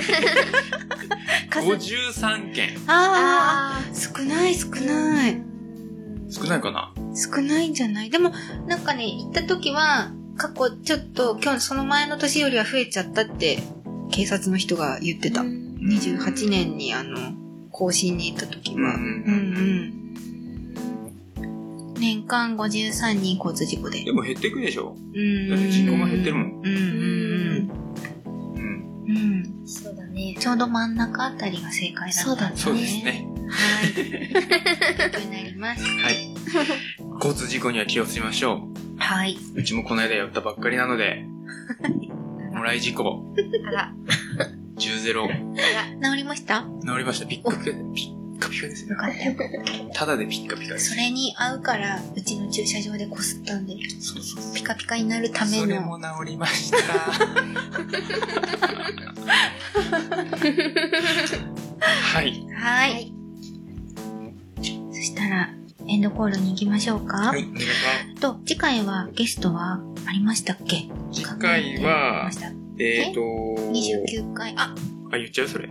[SPEAKER 3] 数
[SPEAKER 1] 53件。
[SPEAKER 3] あ
[SPEAKER 4] あ
[SPEAKER 3] あ、少ない少ない。
[SPEAKER 1] 少ないかな
[SPEAKER 3] 少ないんじゃないでも、なんかね、行った時は、過去ちょっと、今日その前の年よりは増えちゃったって、警察の人が言ってた。28年にあの、更新に行った時
[SPEAKER 1] うんう
[SPEAKER 3] は。うん
[SPEAKER 1] ん。
[SPEAKER 3] うん。年間53人交通事故で。
[SPEAKER 1] でも減っていくでしょ
[SPEAKER 3] うん。
[SPEAKER 1] だって人口が減ってるもん。
[SPEAKER 3] う
[SPEAKER 1] う
[SPEAKER 3] んうん
[SPEAKER 1] ん。
[SPEAKER 3] うん。うん。
[SPEAKER 5] そうだね。
[SPEAKER 3] ちょうど真ん中あたりが正解だった。
[SPEAKER 4] そうだね
[SPEAKER 1] そうです。ね。
[SPEAKER 3] はい。となります。
[SPEAKER 1] はい。交通事故には気をつけましょ
[SPEAKER 3] はい。
[SPEAKER 1] う。うちもこの間やったばっかりなので、もらい事故。
[SPEAKER 5] あら。
[SPEAKER 1] 10ゼロ。治
[SPEAKER 3] 治りました
[SPEAKER 1] りました。ピッカピカ、ピッカピカですね
[SPEAKER 3] よ。かったよか った
[SPEAKER 1] だでピッカピカで
[SPEAKER 3] た。
[SPEAKER 1] す。
[SPEAKER 3] それに合うから、うちの駐車場でこすったんで、
[SPEAKER 1] そうそうそう
[SPEAKER 3] ピカピカになるため
[SPEAKER 1] それ
[SPEAKER 3] の。
[SPEAKER 1] も治りま した。はい。
[SPEAKER 3] はい。そしたら、エンドコールに行きましょうか。
[SPEAKER 1] はい、お願いしま
[SPEAKER 3] と、次回はゲストはありましたっけ
[SPEAKER 1] す。次回は、えっ、ー、と
[SPEAKER 3] 29回。あ、
[SPEAKER 1] あ、言っちゃうそれ。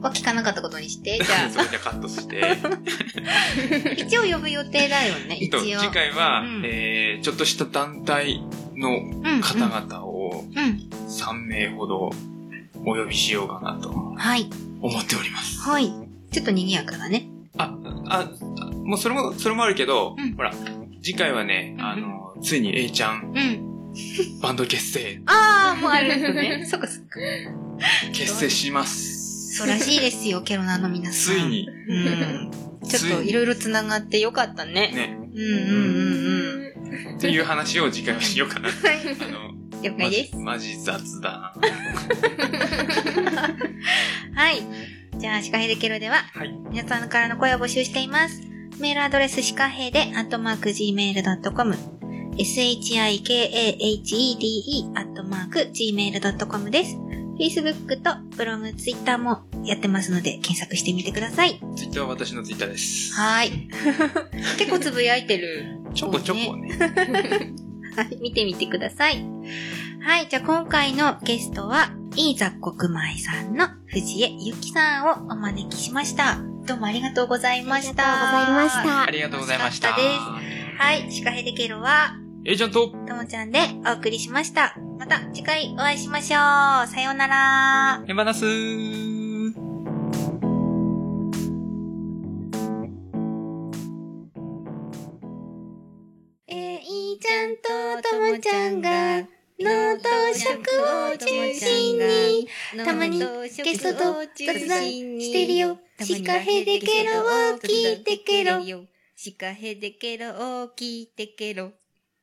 [SPEAKER 3] は聞かなかったことに して。じ
[SPEAKER 1] それじゃあカットして。
[SPEAKER 3] ゃあ、一応呼ぶ予定だよね、
[SPEAKER 1] えっ
[SPEAKER 3] 一
[SPEAKER 1] と
[SPEAKER 3] 応。
[SPEAKER 1] 次回は、
[SPEAKER 3] うん
[SPEAKER 1] えー、ちょっとした団体の
[SPEAKER 3] うん、
[SPEAKER 1] 方々を
[SPEAKER 3] うん。
[SPEAKER 1] 3名ほどお呼びしようかなと
[SPEAKER 3] うん。はい。
[SPEAKER 1] 思っております。
[SPEAKER 3] はい。ちょっと賑やかだね。
[SPEAKER 1] あ、あ、もうそれも、それもあるけど、
[SPEAKER 3] うん
[SPEAKER 1] ほら、次回はね、あの、ついに A ちゃん
[SPEAKER 3] うん。
[SPEAKER 1] バンド結成、
[SPEAKER 3] ああ、もうあるんで すね。そっかそっか。
[SPEAKER 1] 結成します。
[SPEAKER 3] そうらしいですよ、ケロナの皆さ
[SPEAKER 1] つ
[SPEAKER 3] ん。
[SPEAKER 1] い。に、
[SPEAKER 3] うん。
[SPEAKER 1] つ
[SPEAKER 3] ちょっとい
[SPEAKER 1] い
[SPEAKER 3] ろいろ繋がってよかったね。
[SPEAKER 1] ね、
[SPEAKER 3] うんうんうんうん。
[SPEAKER 1] っていう話を次回はしようか な。あの、
[SPEAKER 3] 了
[SPEAKER 1] マ
[SPEAKER 3] 解で
[SPEAKER 1] ジ
[SPEAKER 3] す。
[SPEAKER 1] マジ雑だ
[SPEAKER 3] はい。じゃあ、シカヘデケロでは、
[SPEAKER 1] はい
[SPEAKER 3] 皆さんからの声を募集しています。メールアドレスシカヘデ、アットマーク gmail.com、shikahede、アットマーク gmail.com です。Facebook とブログ、Twitter もやってますので、検索してみてください。
[SPEAKER 1] な。ツイッターは私のツイッターです。
[SPEAKER 3] はい。結構つぶやいてる。
[SPEAKER 1] ちょこちょこね。
[SPEAKER 3] はい、見てみてください。はい、じゃあ今回のゲストは、いい雑穀米さんの藤江ゆきさんをお招きしました。どうもありがとうございました。
[SPEAKER 4] ありがとうございまし
[SPEAKER 3] は
[SPEAKER 4] た
[SPEAKER 1] あ。りがとうございました。
[SPEAKER 3] 楽しかい、シカヘデケロは、
[SPEAKER 1] A ちゃんと、
[SPEAKER 3] ともちゃんでお送りしました。また次回お会いしましょう。さようなら。
[SPEAKER 1] 手放すー。
[SPEAKER 6] えー、いいちゃんとともちゃんが、脳と食を中心に、たまにゲストと雑談してるよ。シカヘデケロを聞いてケロ。シカヘデケロを聞いてケロ。